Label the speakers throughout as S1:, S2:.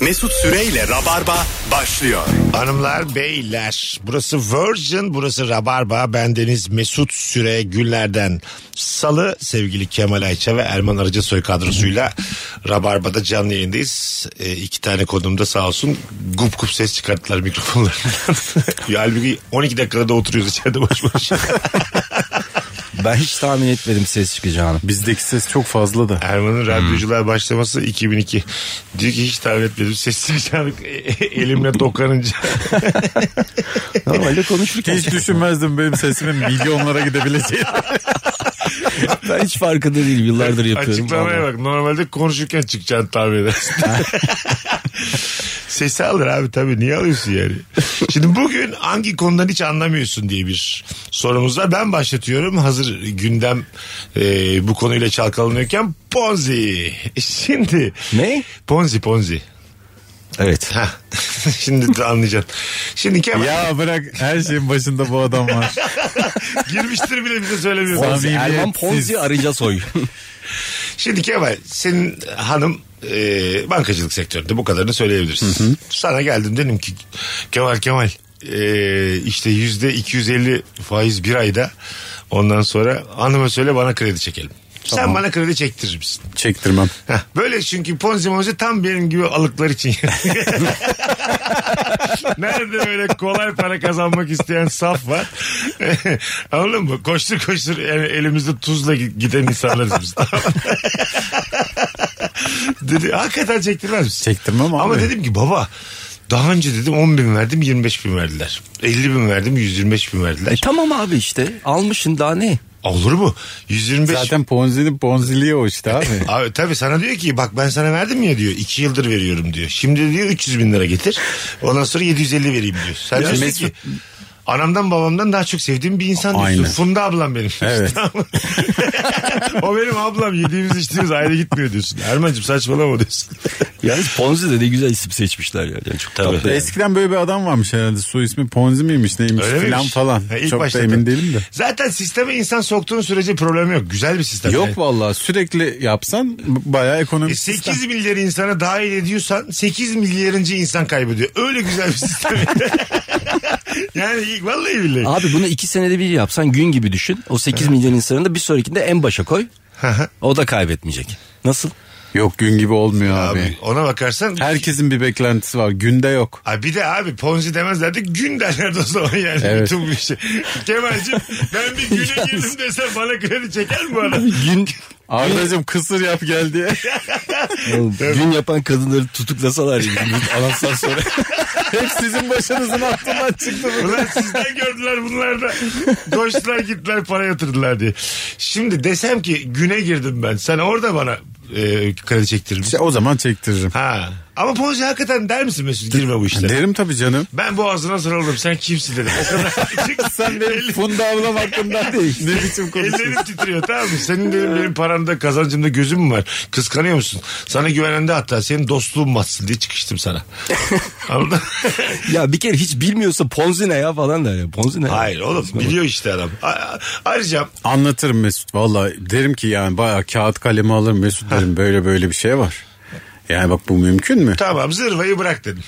S1: Mesut Süreyle Rabarba başlıyor.
S2: Hanımlar, beyler. Burası Virgin, burası Rabarba. Bendeniz Mesut Süre günlerden salı sevgili Kemal Ayça ve Erman Arıcısoy kadrosuyla Rabarba'da canlı yayındayız. E, iki tane konumda sağ olsun gup gup ses çıkarttılar mikrofonlarından. Ya Halbuki 12 dakikada da oturuyoruz içeride boş boş.
S3: Ben hiç tahmin etmedim ses çıkacağını.
S4: Bizdeki ses çok fazla da.
S2: Erman'ın radyocular başlaması 2002. Diyor ki hiç tahmin etmedim ses çıkacağını e, elimle dokanınca.
S3: Normalde konuşurken
S4: Hiç düşünmezdim benim sesimin milyonlara gidebileceğini.
S3: ben hiç farkında değilim. Yıllardır yapıyorum.
S2: Açıklamaya
S3: Vallahi.
S2: bak. Normalde konuşurken çıkacağını tahmin edersin. Sesi alır abi tabii. Niye alıyorsun yani? Şimdi bugün hangi konudan hiç anlamıyorsun diye bir sorumuz var. Ben başlatıyorum. Hazır gündem e, bu konuyla çalkalanıyorken Ponzi. Şimdi.
S3: Ne?
S2: Ponzi Ponzi.
S3: Evet.
S2: Hah. Şimdi de anlayacaksın. Şimdi Kemal
S4: ya bırak her şeyin başında bu adam var.
S2: girmiştir bile bize söylemiyor.
S4: Ponzi.
S3: Erman Ponzi arıca soy.
S2: Şimdi Kemal senin hanım e, bankacılık sektöründe bu kadarını söyleyebiliriz. Sana geldim dedim ki Kemal Kemal e, işte yüzde 250 faiz bir ayda ondan sonra hanıma söyle bana kredi çekelim. Sen bana kredi çektirir misin?
S4: Çektirmem.
S2: Heh, böyle çünkü ponzi monzi tam benim gibi alıklar için. Nerede böyle kolay para kazanmak isteyen saf var. Anladın mı? Koştur koştur yani elimizde tuzla gi- giden insanlarız biz. Dedi, hakikaten çektirmez misin?
S4: Çektirmem abi.
S2: Ama dedim ki baba daha önce dedim 10 bin verdim 25 bin verdiler. 50 bin verdim 125 bin verdiler.
S3: E tamam abi işte. Almışın daha ne?
S2: Olur mu? 125
S4: Zaten Ponzi'nin Ponzi'liği o işte abi.
S2: Abi tabii sana diyor ki bak ben sana verdim ya diyor. iki yıldır veriyorum diyor. Şimdi diyor 300 bin lira getir. Ondan sonra 750 vereyim diyor. Sen diyorsun
S3: Mesut-
S2: ki anamdan babamdan daha çok sevdiğim bir insan diyorsun.
S4: Aynen.
S2: Funda ablam benim.
S4: Evet.
S2: o benim ablam yediğimiz içtiğimiz ayrı gitmiyor diyorsun. Erman'cığım saçmalama diyorsun.
S3: Yalnız Ponzi de ne güzel isim seçmişler yani. Yani çok tatlı. yani.
S4: Eskiden böyle bir adam varmış herhalde. Su ismi Ponzi miymiş neymiş
S2: Öyle
S4: filan
S2: miymiş?
S4: falan.
S2: Ha, ilk
S4: Çok
S2: başta
S4: da emin değilim de.
S2: Zaten sisteme insan soktuğun sürece problem yok. Güzel bir sistem.
S4: Yok vallahi sürekli yapsan b- bayağı ekonomik sistem.
S2: 8 E, milyar insana dahil ediyorsan 8 milyarıncı insan kaybediyor. Öyle güzel bir sistem. yani ilk- vallahi billahi.
S3: Abi bunu iki senede bir yapsan gün gibi düşün. O 8 milyon insanın da bir sonrakinde en başa koy. o da kaybetmeyecek. Nasıl?
S4: Yok gün gibi olmuyor abi.
S2: Abi ona bakarsan
S4: Herkesin bir beklentisi var. Günde yok.
S2: Ay bir de abi Ponzi demezlerdi gün derlerdi o zaman yani
S4: Evet.
S2: bütün bu işe. Kemal'cim ben bir güne
S3: Yalnız-
S2: girdim desem bana kredi çeker mi bana?
S3: Gün
S4: Ardacığım kısır yap gel diye.
S3: gün yapan kadınları tutuklasalar ya. Anasından sonra.
S4: Hep sizin başınızın altından çıktı bu.
S2: Ulan sizden gördüler bunlar da. Koştular gittiler para yatırdılar diye. Şimdi desem ki güne girdim ben. Sen orada bana e, kredi çektirir misin?
S4: İşte o zaman çektiririm.
S2: Ha. Ama Ponzi hakikaten der misin Mesut girme bu işlere?
S4: Derim tabii canım.
S2: Ben boğazına sarıldım sen kimsin dedim. O kadar.
S4: Sen benim
S2: Elli-
S4: Funda ablam hakkında değil. Ne biçim konuşuyorsun?
S2: Ellerim titriyor tamam mı? Senin dedim benim paramda kazancımda gözüm mü var? Kıskanıyor musun? Sana güvenende hatta senin dostluğun batsın diye çıkıştım sana. Anladın?
S3: Ya bir kere hiç bilmiyorsa Ponzi ne ya falan der ya. Ponzi ne? ya?
S2: Hayır oğlum biliyor işte adam. A- Ayrıca
S4: Anlatırım Mesut. Valla derim ki yani bayağı kağıt kalemi alırım Mesut derim. Böyle böyle bir şey var. Yani bak bu mümkün mü?
S2: tamam zırvayı bırak dedim.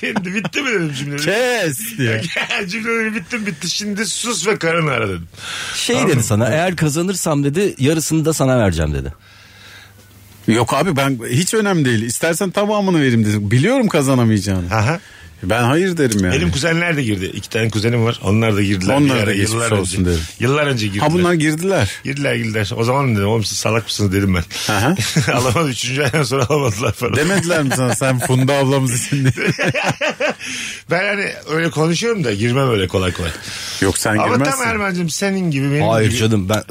S2: Şimdi bitti mi dedim cümleleri?
S4: Kes diye.
S2: cümleleri bitti mi bitti. Şimdi sus ve karını ara dedim.
S3: Şey dedi sana eğer kazanırsam dedi yarısını da sana vereceğim dedi.
S4: Yok abi ben hiç önemli değil. İstersen tamamını vereyim dedim. Biliyorum kazanamayacağını.
S2: Aha.
S4: Ben hayır derim yani.
S2: Benim kuzenler de girdi. İki tane kuzenim var. Onlar da girdiler.
S4: Onlar
S2: Bir
S4: da
S2: ara,
S4: geçmiş
S2: yıllar
S4: olsun
S2: önce.
S4: dedim.
S2: Yıllar önce girdiler.
S4: Ha bunlar girdiler.
S2: Girdiler girdiler. O zaman dedim oğlum siz salak mısınız dedim ben.
S4: Aha.
S2: Alamadı. Üçüncü aydan sonra alamadılar falan.
S4: Demediler mi sana sen Funda ablamız için diye?
S2: Ben hani öyle konuşuyorum da girmem öyle kolay kolay.
S4: Yok sen
S2: Ama
S4: girmezsin.
S2: tam Erman'cığım senin gibi benim
S3: Hayır
S2: gibi.
S3: canım ben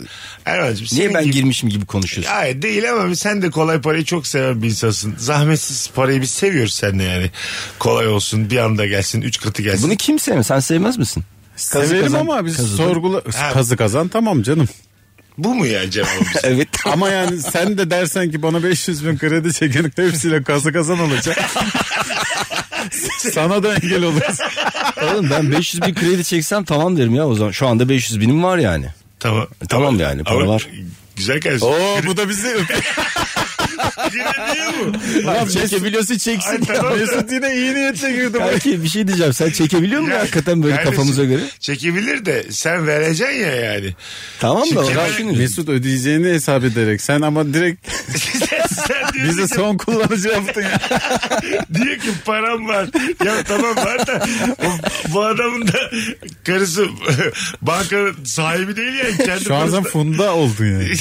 S2: Erman'cığım
S3: niye
S2: senin
S3: ben
S2: gibi.
S3: girmişim gibi konuşuyorsun?
S2: Hayır değil ama sen de kolay parayı çok seven bir insansın. Zahmetsiz parayı biz seviyoruz seninle yani. Kolay olsun bir anda gelsin üç katı gelsin.
S3: Bunu kim sevmez? Sen sevmez misin? Kazı
S4: Severim
S3: kazan-
S4: ama biz
S3: kazı da-
S4: sorgula...
S2: Ha.
S4: Kazı kazan tamam canım.
S2: Bu mu ya cevabımız?
S3: Evet.
S4: Ama yani sen de dersen ki bana 500 bin kredi çekin hepsiyle kazı kazan olacak. Sana da engel oluruz.
S3: Oğlum ben 500 bin kredi çeksem tamam derim ya o zaman. Şu anda 500 binim var yani.
S2: Tamam.
S3: Tamam yani, para
S2: Ama
S3: var.
S2: Güzel kardeşim.
S4: Oo bu da bizi
S2: Yine değil mi?
S3: Lan çekebiliyorsa
S2: Ay,
S3: çeksin.
S2: tamam.
S4: Mesut yine iyi niyetle girdi.
S3: Belki bir şey diyeceğim. Sen çekebiliyor musun
S2: Ya,
S3: hakikaten böyle
S2: kardeşim,
S3: kafamıza göre?
S2: Çekebilir de sen vereceksin ya yani.
S3: Tamam da
S2: Çekebil-
S3: rahatsın.
S4: Mesut ödeyeceğini hesap ederek sen ama direkt
S2: sen diyorsun
S4: bize
S2: ki,
S4: son kullanıcı yaptın ya.
S2: diyor ki param var. Ya tamam var da o, bu adamın da karısı banka sahibi değil yani. Kendi
S4: Şu an sen
S2: parası.
S4: funda oldun yani.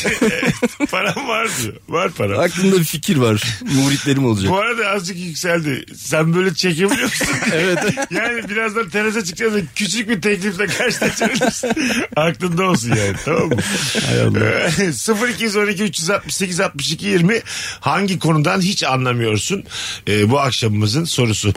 S2: param var diyor. Var param.
S3: Aklımda bir fikir var. Muritlerim olacak.
S2: Bu arada azıcık yükseldi. Sen böyle çekebiliyor musun? evet. Yani birazdan terasa çıkacağız. da Küçük bir teklifle karşılaşabilirsin. Aklında olsun yani. Tamam mı? Ee, Hay Allah. 0212 368 62 20 hangi konudan hiç anlamıyorsun? Ee, bu akşamımızın sorusu.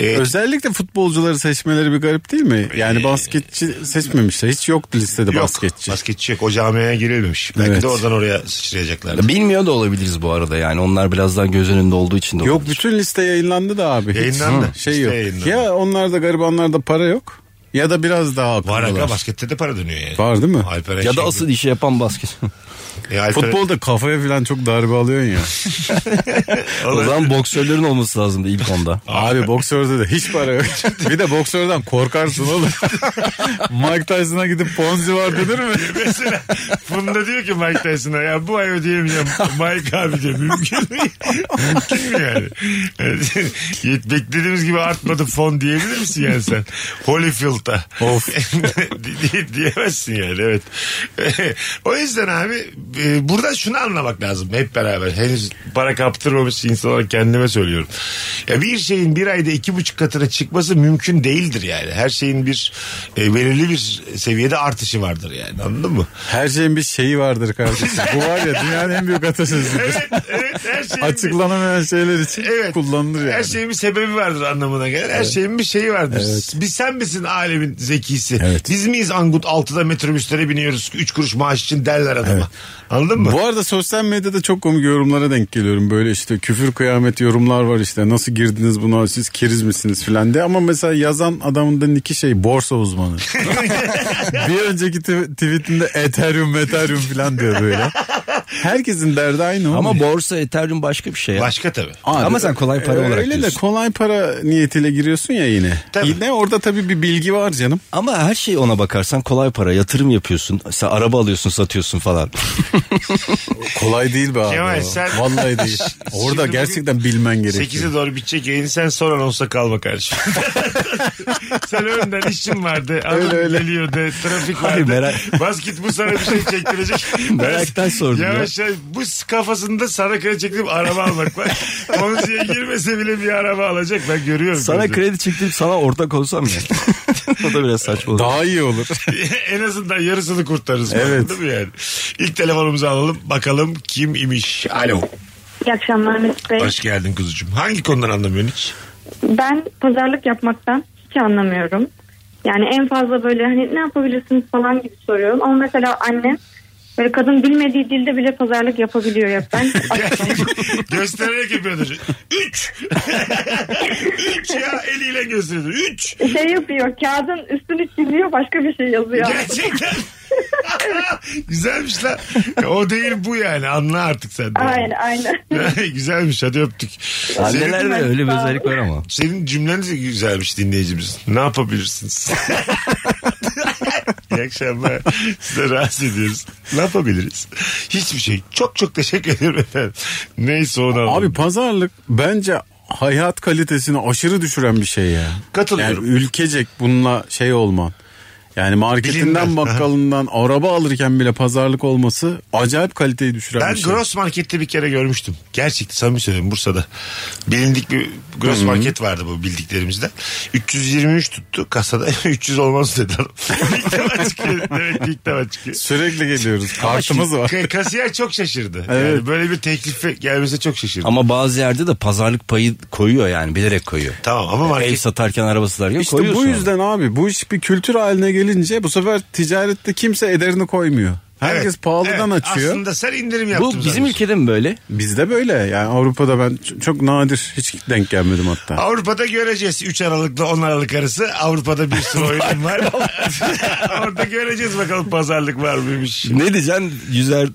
S2: Ee,
S4: Özellikle futbolcuları seçmeleri bir garip değil mi? Yani basketçi seçmemişler. Hiç yoktu listede
S2: yok.
S4: basketçi.
S2: Basketçi yok. O camiaya girilmemiş. Belki
S4: Evet.
S2: de oradan oraya sıçrayacaklardı.
S3: Bilmiyor da olabiliriz bu arada yani. Onlar birazdan göz önünde olduğu için de
S4: Yok
S3: olabilir.
S4: bütün liste yayınlandı da abi. Hiç
S2: Yayınlandı.
S4: Şey
S2: Liste
S4: yok.
S2: yayınlandı.
S4: Ya onlarda garibanlarda para yok. Ya da biraz daha
S2: Var aga
S4: akıllılar.
S2: baskette de para dönüyor yani.
S4: Var değil mi?
S2: Alperen
S3: Ya da
S2: Şengül.
S3: asıl işi yapan basket.
S2: E, Alperen-
S4: Futbolda kafaya falan çok darbe alıyorsun ya.
S3: o zaman boksörlerin olması lazımdı ilk onda.
S4: Abi boksörde de hiç para yok. bir de boksörden korkarsın oğlum. Mike Tyson'a gidip Ponzi var denir mi?
S2: Mesela Funda diyor ki Mike Tyson'a ya bu ay ödeyemeyeceğim Mike abi diyor. Mümkün mü? Mümkün mü yani? Evet, yet- Beklediğimiz gibi artmadı fon diyebilir misin yani sen? Holyfield'a.
S4: Of.
S2: Di- di- Diyemezsin yani evet. o yüzden abi e, buradan şunu anlamak lazım hep beraber. Henüz para kaptırmamış insanlara kendime söylüyorum. Ya bir şeyin bir ayda iki buçuk katına çıkması mümkün değildir yani. Her şeyin bir e, belirli bir seviyede artışı vardır yani anladın mı?
S4: Her şeyin bir şeyi vardır kardeşim. Bu var ya dünyanın en büyük atasözüdür.
S2: Evet, evet her şeyin bir-
S4: Açıklanamayan şeyler için
S2: Evet.
S4: kullanılır yani.
S2: Her şeyin bir sebebi vardır anlamına gelir. Her şeyin bir şeyi vardır. Biz sen misin alemin zekisi?
S4: Evet.
S2: Biz miyiz Angut 6'da metrobüslere biniyoruz 3 kuruş maaş için derler adama. Anladın mı?
S4: Bu arada sosyal medyada çok komik yorumlara denk geliyorum. Böyle işte küfür kıyamet yorumlar var işte. Nasıl girdiniz buna siz keriz misiniz filan diye. Ama mesela yazan adamın da iki şey borsa uzmanı. bir önceki tw- tweetinde ethereum ethereum filan diyor böyle. Herkesin derdi aynı oğlum.
S3: Ama borsa Ethereum başka bir şey ya.
S2: Başka tabii.
S4: Abi,
S3: Ama sen kolay para olarak
S4: Ee, Öyle de
S3: diyorsun.
S4: kolay para niyetiyle giriyorsun ya yine.
S2: Tabii.
S4: Yine orada tabii bir bilgi var canım.
S3: Ama her şey ona bakarsan kolay para. Yatırım yapıyorsun. Sen araba alıyorsun satıyorsun falan.
S4: Kolay değil be abi.
S2: Kemal
S4: o.
S2: sen-
S4: Vallahi değil.
S2: Şimdi
S4: Orada
S2: bugün
S4: gerçekten bilmen gerekiyor.
S2: 8'e doğru bitecek yayını sen son olsa kalma kardeşim. sen önden işin vardı. Adam
S4: Öyle, öyle.
S2: geliyor de trafik vardı.
S3: Hayır, merak-
S2: Basket bu sana bir şey çektirecek.
S3: Meraktan sordum ya.
S2: Yavaş yavaş bu kafasında sana kredi çektirip araba almak var. Konziye girmese bile bir araba alacak ben görüyorum.
S3: sana
S2: gözüm.
S3: kredi çektirip sana ortak olsam ya. o da biraz saçma olur.
S4: Daha iyi olur.
S2: en azından yarısını kurtarırız.
S4: Evet.
S2: Değil mi yani? İlk telefonumuzu alalım bakalım kim imiş. Alo.
S5: İyi akşamlar Mesut Bey.
S2: Hoş geldin kuzucuğum. Hangi konudan anlamıyorsun hiç?
S5: Ben pazarlık yapmaktan hiç anlamıyorum. Yani en fazla böyle hani ne yapabilirsiniz falan gibi soruyorum. Ama mesela annem böyle kadın bilmediği dilde bile pazarlık yapabiliyor ya. Ben
S2: Göstererek yapıyordur. Üç. Üç ya eliyle gösteriyordur. Üç.
S5: şey yapıyor kağıdın üstünü çiziyor başka bir şey yazıyor.
S2: Gerçekten. Güzelmiş lan. O değil bu yani anla artık sen de.
S5: Aynen aynen.
S2: Güzelmiş hadi öptük.
S3: Annelerde
S2: Senin,
S3: öyle bir özellik var ama.
S2: senin cümlen de güzelmiş dinleyicimiz. Ne yapabilirsiniz? İyi akşamlar. Size rahatsız ediyoruz. Ne yapabiliriz? Hiçbir şey. Çok çok teşekkür ederim efendim. Neyse onu alalım.
S4: Abi pazarlık bence hayat kalitesini aşırı düşüren bir şey ya.
S2: Katılıyorum.
S4: Yani ülkecek bununla şey olman. Yani marketinden
S2: Bilinmez.
S4: bakkalından araba alırken bile pazarlık olması acayip kaliteyi düşüren
S2: Ben
S4: bir şey.
S2: Gross Market'te bir kere görmüştüm. Gerçekten samimi söylüyorum Bursa'da. Bilindik bir Gross Market vardı bu bildiklerimizden. 323 tuttu kasada. 300 olmaz dedi adam. ilk defa çıkıyor. Demek ki ilk defa çıkıyor.
S4: Sürekli geliyoruz. Kartımız var.
S2: K- Kasiyer çok şaşırdı. Yani
S4: Evet.
S2: böyle bir teklife gelmesi çok şaşırdı.
S3: Ama bazı yerde de pazarlık payı koyuyor yani bilerek koyuyor.
S2: tamam ama
S3: Ev
S2: market
S3: satarken araba satarken
S4: İşte
S3: koyuyorsun.
S4: bu yüzden abi bu iş bir kültür haline gelince bu sefer ticarette kimse ederini koymuyor. Herkes
S2: Evet.
S4: pahalıdan
S2: Evet,
S4: açıyor.
S2: Aslında sen indirim
S3: Bu
S2: yaptın.
S3: bizim ülkede mi böyle?
S4: Bizde böyle yani Avrupa'da ben ç- çok nadir hiç denk gelmedim hatta.
S2: Avrupa'da göreceğiz 3 Aralık'la 10 Aralık arası. Avrupa'da bir sürü oyunum var. Orada göreceğiz bakalım pazarlık var mıymış.
S3: Ne diyeceksin? Yüzer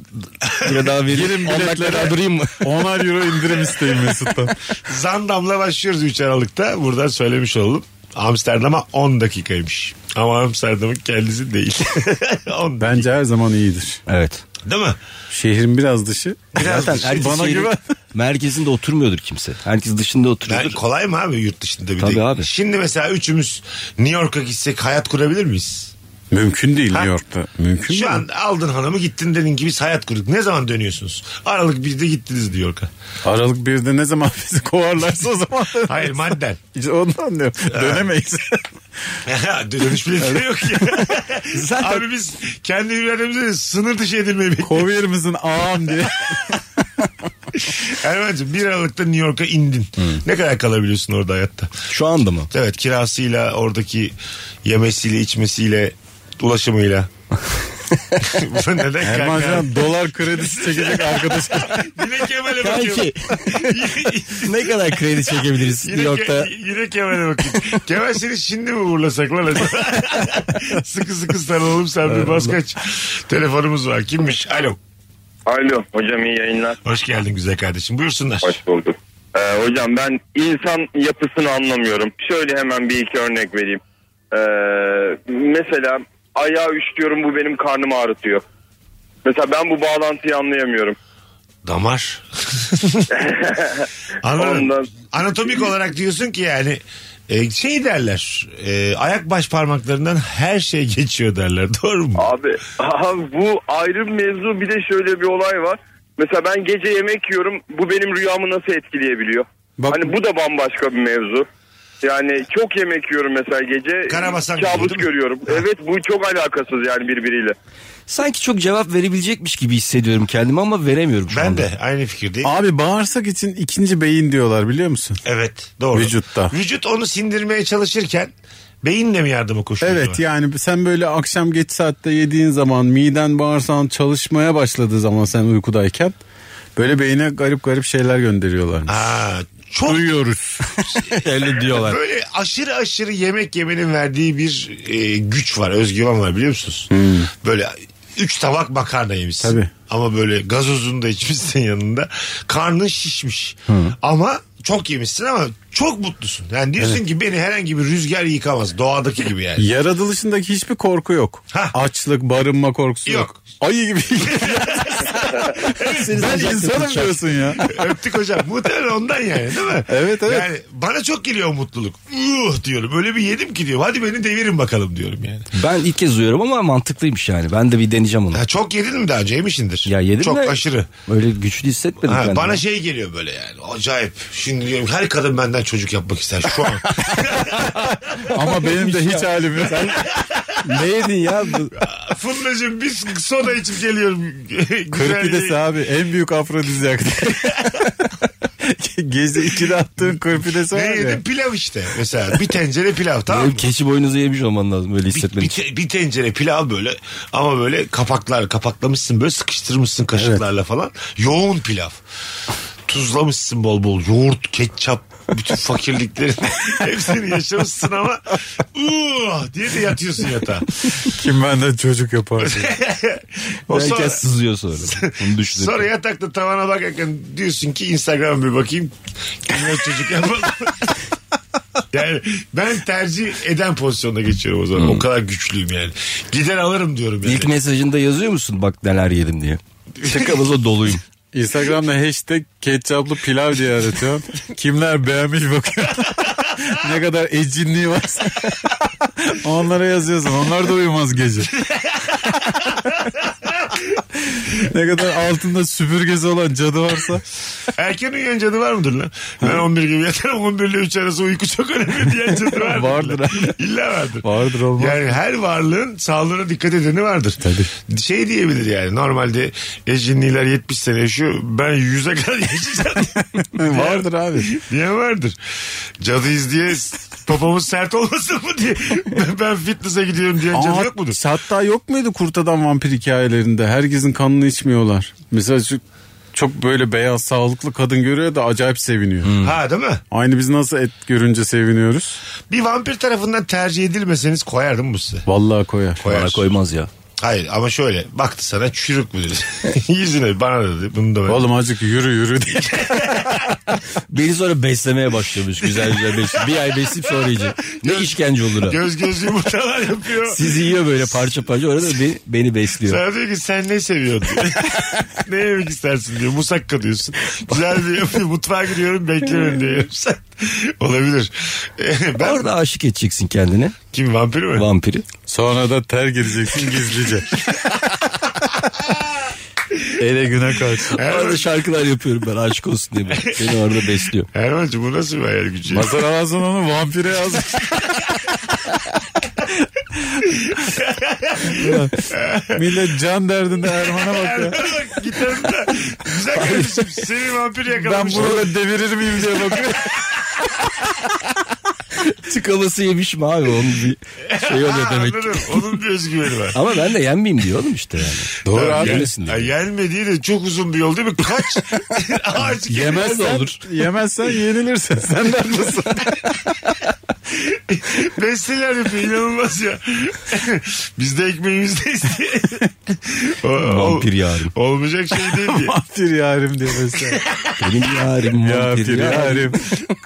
S3: lira daha vereyim.
S4: Girin
S3: on dakika
S4: biletlere.
S3: daha durayım mı?
S4: 10'ar euro indirim isteyin Mesut'tan.
S2: Zandam'la başlıyoruz 3 Aralık'ta. Buradan söylemiş oldum. Amsterdam'a 10 dakikaymış. Ama Amsterdam'ın kendisi değil. 10 dakika.
S4: Bence her zaman iyidir.
S3: Evet.
S2: Değil mi?
S4: Şehrin biraz dışı.
S2: Biraz
S3: Zaten
S2: düşün.
S3: herkes
S4: bana
S3: şehrin
S4: güven.
S3: merkezinde oturmuyordur kimse. Herkes dışında
S2: Ben-
S3: oturuyordur.
S2: kolay mı abi yurt dışında bir
S3: Tabii
S2: de?
S3: abi.
S2: Şimdi mesela üçümüz New York'a gitsek hayat kurabilir miyiz?
S4: Mümkün değil
S2: Ha?
S4: New York'ta. Mümkün
S2: Şu
S4: mü?
S2: an aldın hanımı gittin dedin ki biz hayat kurduk. Ne zaman dönüyorsunuz? Aralık 1'de gittiniz New York'a.
S4: Aralık 1'de ne zaman bizi kovarlarsa o zaman.
S2: Hayır madden.
S4: İşte Ondan diyorum. Dönemeyiz.
S2: Dönüş bileti yok ya.
S3: Zaten-
S2: Abi biz kendi ülkemizde sınır dışı edilmeyi bekliyoruz.
S4: Kovuyor musun ağam diye.
S2: Erman'cığım 1 Aralık'ta New York'a indin.
S3: Hmm.
S2: Ne kadar kalabiliyorsun orada hayatta?
S3: Şu anda mı?
S2: Evet kirasıyla oradaki yemesiyle içmesiyle ulaşımıyla. Bu neden
S4: Erman şu
S2: kanka?
S4: an dolar kredisi çekecek arkadaş.
S2: Yine Kemal'e bakıyorum.
S3: Kanki ne kadar kredi çekebiliriz
S2: Yine,
S3: New York'ta?
S2: Ke- yine Kemal'e bakayım. Kemal seni şimdi mi uğurlasak lan acaba? sıkı sıkı sarılalım sen bir bas kaç. Telefonumuz var. Kimmiş? Alo.
S6: Alo hocam iyi yayınlar.
S2: Hoş geldin güzel kardeşim. Buyursunlar.
S6: Hoş bulduk. Ee, hocam ben insan yapısını anlamıyorum. Şöyle hemen bir iki örnek vereyim. Ee, mesela ayağı üşütüyorum bu benim karnımı ağrıtıyor. Mesela ben bu bağlantıyı anlayamıyorum.
S2: Damar. Anladım.
S6: Ondan-
S2: Anatomik olarak diyorsun ki yani e, şey derler e, ayak baş parmaklarından her şey geçiyor derler doğru mu?
S6: Abi, abi bu ayrı bir mevzu bir de şöyle bir olay var. Mesela ben gece yemek yiyorum bu benim rüyamı nasıl etkileyebiliyor?
S4: Bak-
S6: Hani bu da bambaşka bir mevzu. Yani çok yemek yiyorum mesela gece.
S2: Karabasan gibi,
S6: kabus
S2: değil mi?
S6: görüyorum. Evet bu çok alakasız yani birbiriyle.
S3: Sanki çok cevap verebilecekmiş gibi hissediyorum kendimi ama veremiyorum şu
S2: Ben
S3: anda.
S2: de aynı fikirdeyim.
S4: Abi bağırsak için ikinci beyin diyorlar biliyor musun?
S2: Evet doğru.
S4: Vücutta.
S2: Vücut onu sindirmeye çalışırken beyinle mi yardımı koşuyor?
S4: Evet
S2: acaba?
S4: yani sen böyle akşam geç saatte yediğin zaman miden bağırsağın çalışmaya başladığı zaman sen uykudayken böyle beyine garip garip şeyler gönderiyorlar.
S2: Aa, çok
S4: Duyuyoruz.
S3: Öyle diyorlar.
S2: böyle aşırı aşırı yemek yemenin verdiği bir e, güç var özgüven var biliyor musunuz? Böyle üç tabak makarna yemişsin.
S4: Tabii.
S2: Ama böyle gazozunu da içmişsin yanında. Karnın şişmiş. Ama çok yemişsin ama çok mutlusun. Yani diyorsun ki beni herhangi bir rüzgar yıkamaz. Doğadaki gibi yani.
S4: Yaratılışındaki hiçbir korku yok.
S2: Hah.
S4: Açlık, barınma korkusu yok.
S2: Yok.
S4: Ayı gibi. ben insanım diyorsun ya.
S2: Öptük hocam. Muhtemelen ondan yani değil mi?
S4: Evet, evet.
S2: Yani bana çok geliyor o mutluluk. Uh diyorum. Öyle bir yedim ki diyorum. Hadi beni devirin bakalım diyorum yani.
S3: Ben ilk kez duyuyorum ama mantıklıymış yani. Ben de bir deneyeceğim onu.
S2: Ha, çok yedin mi daha önce? Yemişindir.
S3: Ya yedim
S2: Çok
S3: de
S2: aşırı.
S3: Öyle güçlü hissetmedim
S2: Ha,
S3: kendimi.
S2: bana şey geliyor böyle yani. Acayip. Şimdi diyorum her kadın benden çocuk yapmak ister şu an.
S4: Ama benim de hiç halim şey yok.
S3: ne yedin ya? Bu-
S2: Fırlacığım bir soda içip geliyorum. Güzel
S4: Kırpidesi
S2: yayın.
S4: abi en büyük afrodizyak. Gece ikide attığın kırpidesi var
S2: Ne
S4: ya.
S2: yedim? Pilav işte. Mesela bir tencere pilav tamam mı?
S3: Keçi boynuzu yemiş olman lazım öyle
S2: Bir,
S3: hissetmen
S2: bir
S3: için.
S2: te- bir tencere pilav böyle ama böyle kapaklar kapaklamışsın böyle sıkıştırmışsın kaşıklarla falan. Yoğun pilav. Tuzlamışsın bol bol yoğurt, ketçap bütün fakirliklerin hepsini yaşamışsın ama uh, diye de yatıyorsun yatağa.
S4: Kim benden çocuk yapar diye.
S2: O
S3: Herkes
S2: sonra-
S3: sızıyor sonra. Bunu düşünün.
S2: Sonra yatakta tavana bakarken diyorsun ki Instagram'a bir bakayım. Kimler çocuk yapalım. yani ben tercih eden pozisyona geçiyorum o zaman. O kadar güçlüyüm yani. Gider alırım diyorum yani.
S3: İlk mesajında yazıyor musun bak neler yedim diye. Tek avuza doluyum.
S4: Instagram'da hashtag ketçaplı pilav diye aratıyor. Kimler beğenmiş bakıyor. ne kadar ecinliği varsa. Onlara yazıyorsun. Onlar da uyumaz gece. ne kadar altında süpürgesi olan cadı varsa.
S2: Erken uyuyan cadı var mıdır lan? Ben 11 gibi yatarım 11 ile 3 arası uyku çok önemli diyen cadı vardır. lan.
S4: Vardır abi.
S2: İlla vardır.
S4: Vardır olmaz.
S2: Yani her varlığın sağlığına dikkat edeni vardır. Tabii. Şey diyebilir yani normalde ecinliler 70 sene yaşıyor ben 100'e kadar yaşayacağım.
S4: Vardır abi.
S2: Diye vardır. Cadıyız diye Popomuz sert olmasın mı diye. Ben- Ben fitness'e gidiyorum diye canı
S4: Aa,
S2: yok mudur?
S4: Hatta yok muydu kurtadan vampir hikayelerinde? Herkesin kanını içmiyorlar. Mesela şu- çok böyle beyaz sağlıklı kadın görüyor da acayip seviniyor.
S2: Ha değil mi?
S4: Aynı biz nasıl et görünce seviniyoruz?
S2: Bir vampir tarafından tercih edilmeseniz koyardım bu size.
S4: Vallahi koyar.
S2: Koyar.
S7: Bana koymaz ya.
S2: Hayır ama şöyle baktı sana çürük mü dedi. Yüzüne bana da dedi. Bunu da böyle.
S4: Oğlum azıcık yürü yürü diye.
S7: Beni sonra beslemeye başlamış güzel güzel besliyor. Bir ay besleyip sonra yiyecek. Ne işkence olur ha.
S2: Göz göz yumurtalar yapıyor.
S7: Sizi yiyor böyle parça parça orada beni, beni besliyor.
S2: Sana diyor ki sen ne seviyorsun diyor. ne yemek istersin diyor. Musakka diyorsun. Güzel bir yapıyor. Mutfağa giriyorum bekliyorum diyor. Sen- Olabilir. Eh, ben
S7: Orada aşık edeceksin kendini
S2: kim vampir mi?
S7: vampiri.
S4: Sonra da terk edeceksin gizlice.
S7: Ele güne karşı. Orada şarkılar yapıyorum ben aşık olsun diye. bak. Beni orada besliyor.
S2: Erman'cığım bu nasıl bir hayal gücü?
S4: Mazhar Arazan onu vampire yazmış. Millet can derdinde Erman'a bakıyor.
S2: Bak, Gitarını da güzel kardeşim seni vampir
S4: Ben
S2: yakalamış.
S4: burada devirir miyim diye bakıyor.
S7: Tıkaması yemişim abi onun bir şey oluyor
S2: Ha,
S7: demek. ki.
S2: anladım. Onun bir özgüveni var.
S7: Ama ben de yenmeyeyim diyor oğlum işte yani.
S4: Doğru abi.
S7: Yemesin diyor.
S2: Ya gelmediği de çok uzun bir yol değil mi? Kaç ağaç
S7: Yemez de olur.
S4: Yemezsen yenilirsin. Sen de haklısın.
S2: Besteler yapıyor inanılmaz ya. Biz de ekmeğimizdeyiz diye. O- o-
S7: Vampir yarim.
S2: Olmayacak şey değil diye.
S4: Vampir yarim diye mesela.
S7: Benim yarim
S4: Vampir
S7: vampir yarim.
S4: yarim.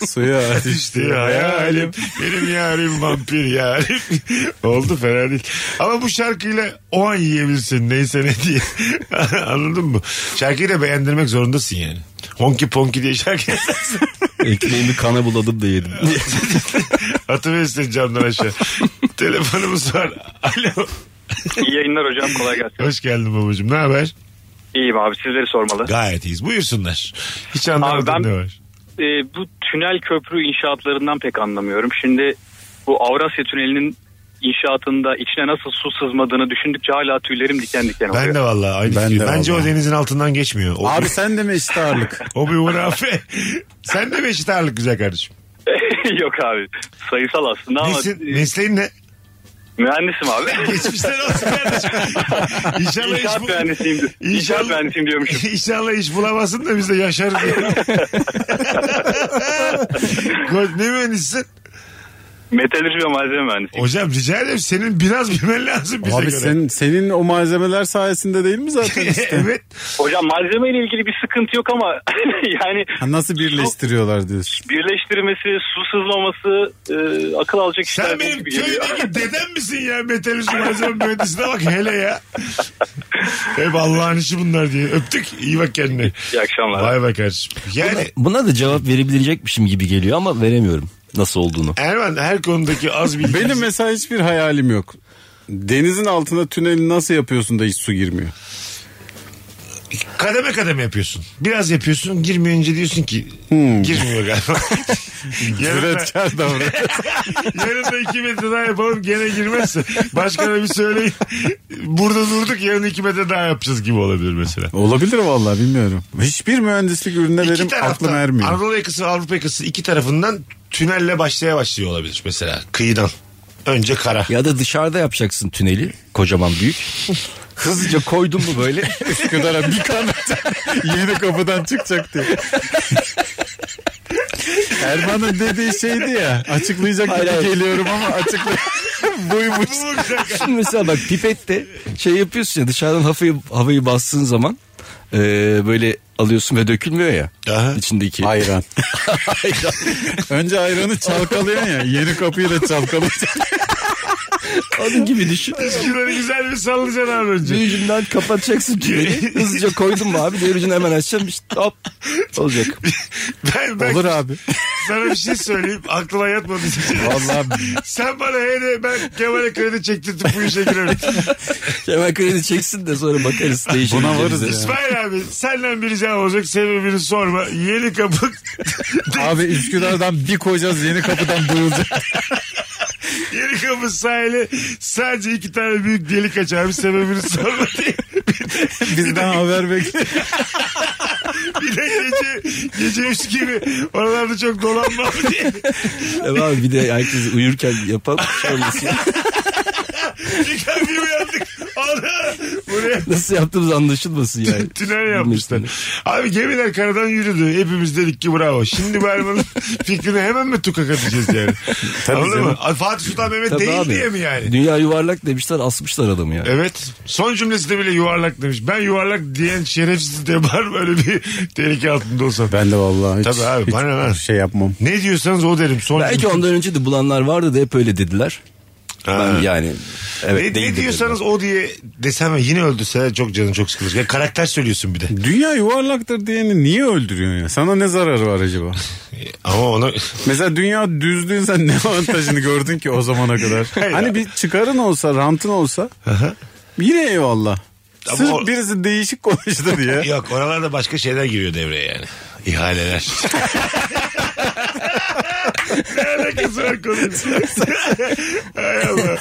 S4: Suya
S2: İşte hayalim. Benim yarim vampir yarim. Oldu fena değil. Ama bu şarkıyla o an yiyebilirsin neyse ne diye. Anladın mı? Şarkıyı da beğendirmek zorundasın yani. Honki ponki diye şarkı yazarsın.
S7: Ekmeğimi kana buladım da yedim.
S2: Atıversin camdan aşağı. Telefonumuz var. Alo.
S6: İyi yayınlar hocam kolay gelsin.
S2: Hoş geldin babacığım. Ne haber?
S6: İyiyim abi sizleri sormalı.
S2: Gayet iyiyiz. Buyursunlar. Hiç anlamadım
S6: Abi ben-
S2: ne var.
S6: Ee, bu tünel köprü inşaatlarından pek anlamıyorum. Şimdi bu Avrasya Tüneli'nin inşaatında içine nasıl su sızmadığını düşündükçe hala tüylerim diken diken oluyor.
S2: Ben de vallahi aynı
S4: Ben
S2: fikir.
S4: de
S2: Bence o
S4: vallahi.
S2: denizin altından geçmiyor. O,
S4: Abi sen de mi eşit ağırlık?
S2: o bir hurafe. Sen de Beşiktaşlık güzel kardeşim.
S6: Yok abi sayısal aslında ama
S2: Nesin, mesleğin ne?
S6: mühendisim abi.
S2: Geçmişler olsun kardeşim. İnşallah iş,
S6: İnşaat
S2: bul-
S6: mühendisiyim. de- İnşaat
S2: İnşallah-
S6: mühendisiyim diyormuşum.
S2: İnşallah iş bulamazsın da biz de yaşarız. Gol- ne mühendissin?
S6: Metalürji ve malzeme mühendisiyim.
S2: Hocam rica ederim senin biraz bilmen lazım bize
S4: Abi
S2: göre.
S4: sen, senin o malzemeler sayesinde değil mi zaten işte?
S2: evet.
S6: Hocam malzeme ile ilgili bir sıkıntı yok ama yani
S4: Ha, Nasıl birleştiriyorlar diyorsun.
S6: birleştirmesi, su sızmaması e, akıl alacak işler
S2: Sen
S6: değil
S2: benim
S6: gibi geliyor.
S2: köydeki dedem misin ya? Metalist malzeme mühendisine bak hele ya. Hep Allah'ın işi bunlar diye. Öptük. İyi bak kendine.
S6: İyi akşamlar.
S2: Vay be kardeşim. Yani
S7: Hani Buna da cevap verebilecekmişim gibi geliyor ama veremiyorum nasıl olduğunu.
S2: Erman her konudaki az bilgi.
S4: Benim mesela hiçbir hayalim yok. Denizin altında tüneli nasıl yapıyorsun da hiç su girmiyor?
S2: kademe kademe yapıyorsun. Biraz yapıyorsun girmeyince diyorsun ki
S4: Hmm.
S2: girmiyor galiba. yarın, da,
S4: Cüretkar davranıyor.
S2: yarın da iki metre daha yapalım gene girmezse. Başkana bir söyleyin. Burada durduk yarın iki metre daha yapacağız gibi olabilir mesela.
S4: Olabilir vallahi bilmiyorum. Hiçbir mühendislik ürüne benim aklım ermiyor.
S2: Anadolu yakası Avrupa yakası iki tarafından tünelle başlaya başlıyor olabilir mesela kıyıdan. Önce kara.
S7: Ya da dışarıda yapacaksın tüneli kocaman büyük. Hızlıca koydun mu böyle
S4: Üsküdar'a bir kanat yeni kapıdan çıkacak diye. Erman'ın dediği şeydi ya açıklayacak
S7: Hayır,
S4: gibi
S7: hayır.
S4: geliyorum ama açıkla buymuş.
S7: Şimdi mesela bak pipette şey yapıyorsun ya dışarıdan havayı, havayı bastığın zaman e, böyle alıyorsun ve dökülmüyor ya
S2: Aha.
S7: içindeki.
S4: Ayran. Önce ayranı çalkalıyorsun ya yeni kapıyı da çalkalayacaksın.
S7: Onun gibi düşün.
S2: Şunları güzel bir sallayacaksın abi önce.
S7: Bir ucundan kapatacaksın tüneli. Hızlıca koydun mu abi diğer ucunu hemen açacağım işte hop olacak.
S2: Ben, ben
S4: Olur abi.
S2: sana bir şey söyleyeyim. Aklıma yatmadı.
S4: Vallahi
S2: Sen bana hele ben Kemal'e kredi çektirdim bu işe girerim.
S7: Hemen kredi çeksin de sonra bakarız değişir.
S4: Buna varız ya.
S2: İsmail abi senden bir ricam olacak sebebini sorma. Yeni kapı
S4: abi Üsküdar'dan bir koyacağız yeni kapıdan duyulacak.
S2: yeni kapı sahili sadece iki tane büyük delik açarmış sebebini sorma diye.
S4: Bizden haber bekliyor.
S2: Bir de gece, gece üç gibi oralarda çok dolanmam diye.
S3: Evet abi bir de herkes uyurken yapan şey olmasın.
S2: Çıkar bir uyandık. Ana buraya
S3: Nasıl yaptığımız anlaşılmasın yani.
S2: tünel yapmışlar.
S3: Bilmiyorum.
S2: Abi gemiler karadan yürüdü. Hepimiz dedik ki bravo. Şimdi bu Erman'ın fikrini hemen mi tukaka diyeceğiz yani?
S4: Tabii
S2: Anladın
S4: canım.
S2: mı? Ay, Fatih Sultan Mehmet
S3: Tabii
S2: değil
S3: abi.
S2: diye mi yani?
S3: Dünya yuvarlak demişler asmışlar adamı yani.
S2: Evet. Son cümlesinde bile yuvarlak demiş. Ben yuvarlak diyen şerefsiz de var böyle bir tehlike altında olsam.
S4: Ben de vallahi hiç,
S2: Tabii abi,
S4: hiç
S2: bana ne?
S4: şey yapmam.
S2: Ne diyorsanız o derim. Son
S3: Belki
S2: cümle-
S3: ondan önce de bulanlar vardı da hep öyle dediler. Ben yani evet
S2: ne,
S3: değildir
S2: ne
S3: dedim.
S2: diyorsanız o diye desem yine öldürse çok canım çok sıkılır. Ya karakter söylüyorsun bir de.
S4: Dünya yuvarlaktır diyeni niye öldürüyorsun ya? Sana ne zararı var acaba?
S2: Ama onu
S4: Mesela dünya düzlüğün sen ne avantajını gördün ki o zamana kadar?
S2: Hayır abi.
S4: hani bir çıkarın olsa, rantın olsa yine eyvallah.
S2: Ama
S4: Sırf
S2: o-
S4: birisi değişik konuştu diye.
S2: yok oralarda başka şeyler giriyor devreye yani. İhaleler. ne alakası var konuyla? Hay Allah.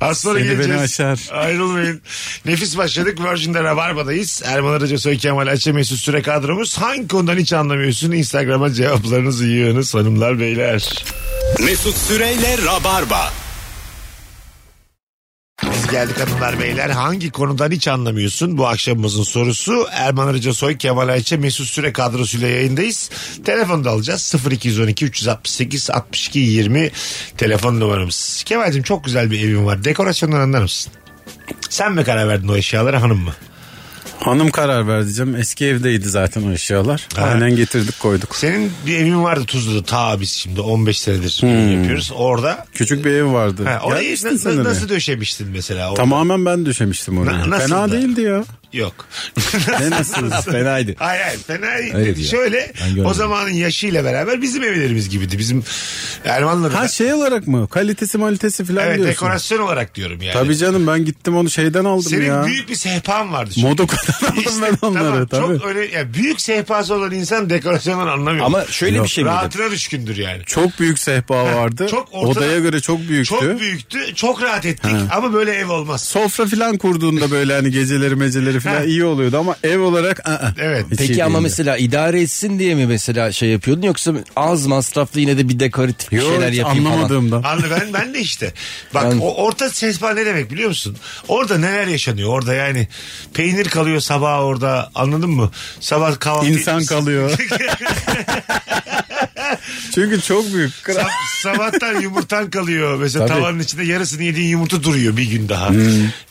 S2: Az sonra
S4: Seni beni
S2: geleceğiz.
S4: aşar.
S2: Ayrılmayın. Nefis başladık. Virgin'de Rabarba'dayız. Erman Arıca, Soy Kemal Ayça, Mesut Süre kadromuz. Hangi konudan hiç anlamıyorsun? Instagram'a cevaplarınızı yığınız hanımlar beyler.
S1: Mesut Süreyle Rabarba.
S2: Biz geldik hanımlar beyler. Hangi konudan hiç anlamıyorsun? Bu akşamımızın sorusu. Erman Arıca Soy, Kemal Ayça, Mesut Süre kadrosuyla yayındayız. Telefonu da alacağız. 0212 368 62 20 telefon numaramız. Kemal'cim çok güzel bir evim var. Dekorasyondan anlar mısın? Sen mi karar verdin o eşyalara hanım mı?
S4: Hanım karar ver diyeceğim. Eski evdeydi zaten o eşyalar.
S2: Ha.
S4: Aynen getirdik koyduk.
S2: Senin bir evin vardı Tuzlu'da ta biz şimdi 15 senedir
S4: Hmm.
S2: yayın yapıyoruz. Orada
S4: Küçük bir ev vardı.
S2: ha, orayı
S4: Gelmiştin
S2: na- na-
S4: sanırım.
S2: nasıl döşemiştin mesela? Orada?
S4: Tamamen ben döşemiştim
S2: Na-
S4: orayı.
S2: nasıl
S4: Fena
S2: da?
S4: değildi ya.
S2: Yok.
S4: Ne nasıl? Fenaydı.
S2: Hayır hayır fena değil.
S3: Hayır ya.
S2: Şöyle
S3: Ben görmedim.
S2: o zamanın yaşıyla beraber bizim evlerimiz gibiydi. Bizim Erman'la
S4: Ha
S2: da.
S4: şey olarak mı? Kalitesi malitesi falan
S2: Evet
S4: diyorsun.
S2: dekorasyon olarak diyorum yani.
S4: Tabii canım ben gittim onu şeyden aldım
S2: Senin
S4: ya.
S2: büyük bir sehpan vardı. çünkü.
S4: Modokadan aldım
S2: İşte,
S4: ben
S2: tamam,
S4: onları tabii.
S2: Çok öyle yani büyük sehpası olan insan dekorasyondan anlamıyor.
S3: Ama şöyle bir şey miydi?
S2: Rahatına düşkündür yani.
S4: Çok büyük sehpa vardı.
S2: çok ortada-
S4: Odaya göre çok büyüktü.
S2: Çok büyüktü. Çok rahat ettik ama böyle ev olmaz.
S4: Sofra falan kurduğunda böyle hani geceleri meceleri
S2: Ha.
S4: falan iyi oluyordu ama ev olarak ı-ı.
S2: Evet.
S3: şey
S4: Hiç iyi
S7: Peki ama
S4: değildi.
S7: mesela idare etsin diye mi mesela şey yapıyordun yoksa az masraflı yine de bir dekoratif bir
S4: Yo,
S7: şeyler
S4: hiç
S7: yapayım falan.
S4: anlamadığımdan.
S2: Anlı ben ben de işte. Bak
S7: Ben-
S2: o orta sehpa ne demek biliyor musun? Orada neler yaşanıyor? Orada yani peynir kalıyor sabah orada. Anladın mı? Sabah kahvaltı
S4: İnsan kalıyor. Çünkü çok büyük.
S2: Sab- sabahtan yumurtan kalıyor. Mesela tavanın içinde yarısını yediğin yumurta duruyor bir gün daha.
S7: Hmm.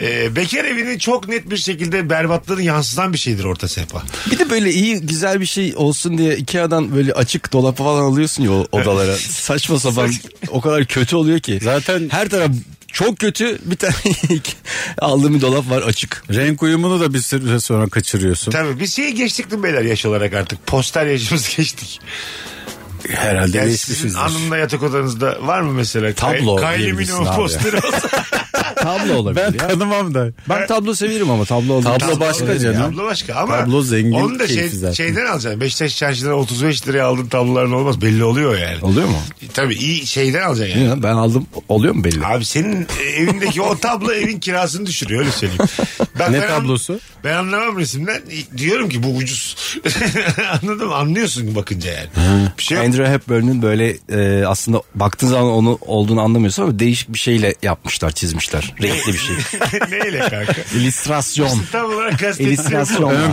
S2: Ee, bekar evini çok net bir şekilde berbatlığını yansıtan bir şeydir orta sehpa.
S7: Bir de böyle iyi güzel bir şey olsun diye Ikea'dan böyle açık dolap falan alıyorsun ya o odalara. Saçma sapan o kadar kötü oluyor ki.
S4: Zaten-
S7: her taraf çok kötü bir tane aldığım bir dolap var açık.
S4: Renk uyumunu da bir süre sonra kaçırıyorsun.
S2: Tabii biz şeyi geçtik mi beyler yaş olarak artık. Poster yaşımız geçtik.
S4: Herhalde
S2: Yani sizin
S4: değişmişizdir.
S2: anında yatık odanızda var mı mesela?
S7: Tablo
S2: Kylie
S7: diyebilirsin
S2: Minogue
S7: abi.
S2: posteri olsa.
S7: Tablo olabilir
S4: Ben
S7: ya.
S4: tanımam da.
S7: Ben tablo severim ama tablo olabilir.
S4: Tablo başka canım.
S2: Tablo başka ama
S4: Tablo zengin,
S2: onu da şey,
S4: keyifli zaten.
S2: şeyden alacaksın. Beşiktaş çarşıdan 35 liraya aldığın tabloların olmaz. Belli oluyor yani. E,
S7: Oluyor mu?
S2: Tabii iyi şeyden alacaksın yani.
S7: Ya, Ben aldım. Oluyor mu belli?
S2: Abi senin e, evindeki o tablo evin kirasını düşürüyor öyle söyleyeyim. Bak
S4: Ne
S2: ben an-
S4: tablosu?
S2: Ben anlamam resimden. E, Diyorum ki bu ucuz. Anladın mı? Anlıyorsun bakınca yani. Bir şey yok.
S7: Andrew Hepburn'un böyle e, aslında baktığın zaman onu olduğunu anlamıyorsun ama değişik bir şeyle yapmışlar, çizmişler. Renkli bir şey.
S2: Neyle kanka?
S7: İllüstrasyon.
S2: Tam olarak kastetmiyorum.
S7: İllüstrasyon.
S4: Ön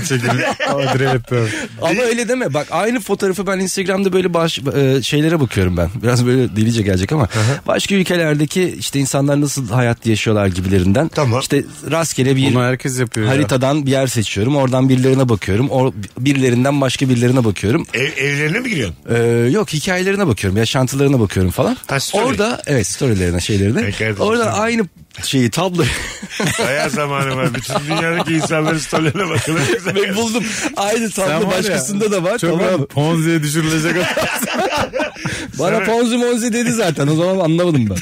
S4: çekilmiş. Audrey Hepburn.
S7: Ama öyle deme. Bak aynı fotoğrafı ben Instagram'da böyle baş, e, şeylere bakıyorum ben. Biraz böyle delice gelecek ama. Başka ülkelerdeki işte insanlar nasıl hayat yaşıyorlar gibilerinden.
S2: Tamam.
S7: İşte rastgele bir
S4: Bunu herkes yapıyor. ya.
S7: haritadan bir yer seçiyorum. Oradan birilerine bakıyorum. Or, birilerinden başka birilerine bakıyorum.
S2: Ev, evlerine mi giriyorsun?
S7: Ee, yok hikayelerine bakıyorum, yaşantılarına bakıyorum falan.
S2: Ha, story.
S7: Orada evet storylerine, şeylerine.
S2: Peki, hadi
S7: Orada
S2: bakalım.
S7: aynı şeyi tablo
S2: Bayağı zamanı var. Bütün dünyadaki insanların storylerine bakılır.
S7: Ve buldum. Aynı
S4: Sen var
S7: tablo
S4: ya,
S7: başkasında da var
S4: Çok
S7: tamam mı?
S4: rahat Ponzi'ye düşürülecek adam.
S7: Bana Ponzi Monzi dedi zaten. O zaman anlamadım ben.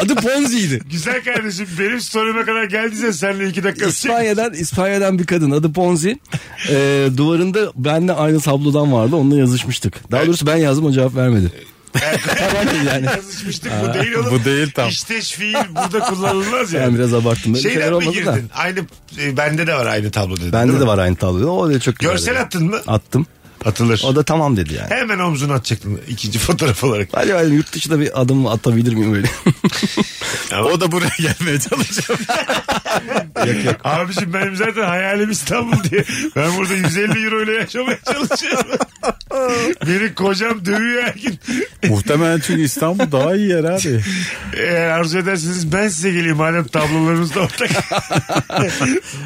S7: Adı Ponzi'ydi.
S2: Güzel kardeşim benim storyime kadar geldiyse senle iki dakika öpecek.
S7: İspanya'dan İspanya'dan bir kadın adı Ponzi. Ee, duvarında benle aynı tablodan vardı. Onunla yazışmıştık. Daha doğrusu ben yazdım o cevap vermedi. Tamam değil yani.
S2: Yazışmıştık bu değil oğlum.
S4: bu değil tam.
S2: İşteş fiil burada kullanılmaz yani.
S7: Ben biraz abarttım. Böyle şeyler
S2: Şeyden mi
S7: olmadı da.
S2: girdin? Aynı e, bende de var aynı tablo dedin. değil
S7: Bende de
S2: mi?
S7: var aynı tabloda. O da çok güzel.
S2: Görsel attın mı?
S7: Attım.
S2: Atılır.
S7: O da tamam dedi yani.
S2: Hemen omzunu atacaktın ikinci fotoğraf olarak.
S7: Acaba yurt dışına bir adım atabilir miyim böyle?
S4: O da buraya gelmeye çalışıyor.
S2: Abiciğim benim zaten hayalim İstanbul diye. Ben burada 150 euro ile yaşamaya çalışıyorum. Beni kocam dövüyor her gün.
S4: Muhtemelen çünkü İstanbul daha iyi yer abi.
S2: Eğer arzu ederseniz ben size geleyim madem tablolarımız da ortak.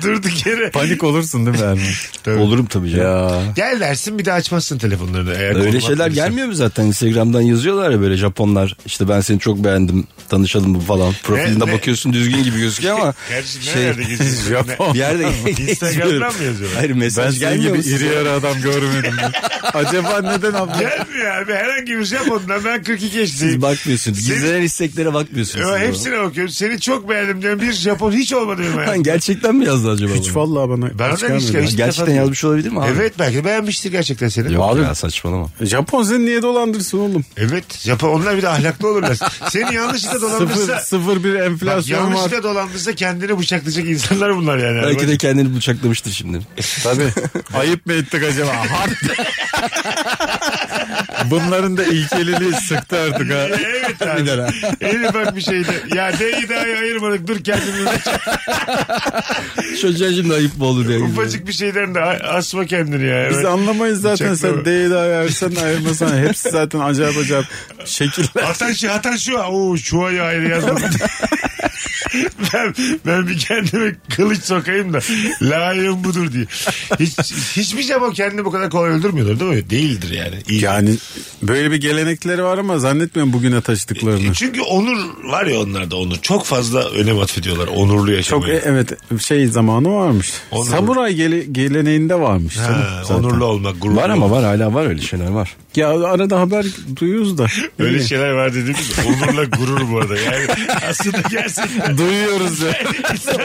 S2: Durduk yere.
S4: Panik olursun değil mi Erman?
S2: Tabii.
S7: Olurum tabii canım.
S4: Ya.
S2: Gel dersin bir de açmazsın telefonlarını. Eğer
S7: Öyle
S2: konum
S7: şeyler
S2: atmadıysan.
S7: gelmiyor mu zaten? Instagram'dan yazıyorlar ya böyle Japonlar. İşte ben seni çok beğendim. Tanışalım mı falan. Profiline
S2: ne?
S7: bakıyorsun düzgün gibi gözüküyor ama.
S2: Gerçi
S7: Şey,
S2: nerede geziyorsun?
S4: Japon.
S7: bir yerde
S2: Instagram'dan mı yazıyorlar?
S7: Hayır
S4: Ben
S7: mesaj
S4: senin
S7: gelmiyor
S4: gibi
S7: mu? size?
S4: iri yarı adam görmedim. ben. Acaba neden abla?
S2: Gelmiyor abi herhangi bir Japon'dan ben 42 yaşındayım.
S7: Siz bakmıyorsunuz. Gizlenen isteklere bakmıyorsunuz.
S2: Yo,
S7: siz
S2: hepsine bakıyorum. Seni çok beğendim diyorum. Bir Japon hiç olmadı benim
S7: bana. Lan
S2: hayatımda.
S7: gerçekten mi yazdı acaba?
S4: Hiç
S7: bunu?
S4: vallahi bana.
S2: Ben şey-
S4: hiç
S2: de hiç
S4: gelmedi.
S2: hiç
S7: Gerçekten
S2: defa-
S7: yazmış olabilir mi abi?
S2: Evet belki de beğenmiştir gerçekten seni.
S7: Yok ya saçmalama.
S4: Japon seni niye dolandırsın oğlum?
S2: Evet Japon onlar bir de ahlaklı olurlar. Seni yanlışlıkla
S4: Sıfır,
S2: dolandırsa
S4: sıfır bir
S2: Bak,
S4: enflasyon var.
S2: yanlışlıkla dolandırsa kendini bıçaklayacak insanlar bunlar yani.
S7: Belki de kendini bıçaklamıştır şimdi.
S4: Tabii. Ayıp mı ettik acaba? Hard. Bunların da ilkeliliği sıktı artık ha.
S2: Evet abi. En ufak bir şeydi. Ya D'yi daha ayırmadık dur kendini bıçak-
S7: Çocuğa şimdi ayıp mı oldu diye.
S2: Ufacık bir şeyden de a- asma kendini ya.
S4: Biz
S2: Evet.
S4: anlamayız zaten
S2: Bıçaklama.
S4: sen D'yi de ayırsan ayırmasan hepsi zaten acayip acayip şekiller.
S2: Atan şu, atan şu. Oo şu ayı ayrı yazmadım. ben, ben bir kendime kılıç sokayım da layığım budur diye. Hiç, hiçbir Japon kendini bu kadar kolay öldürmüyordur değil mi? Değildir yani. İyi.
S4: Yani böyle bir gelenekleri var ama zannetmiyorum bugüne taşıdıklarını.
S2: E Çünkü onur var ya onlarda onur. Çok fazla önem atfediyorlar onurlu
S4: Çok
S2: yaşamaya.
S4: e- evet şey zamanı varmış.
S2: Onur.
S4: Samuray gele- geleneğinde varmış.
S2: Ha,
S4: canım zaten.
S2: onurlu olmak, gururlu
S7: Var ama
S2: olmak.
S7: var hala var öyle şeyler var.
S4: Ya arada haber duyuyoruz da.
S2: Öyle şeyler var dediğimiz onurla gurur bu arada. Yani aslında gerçekten
S7: Duyuyoruz ya.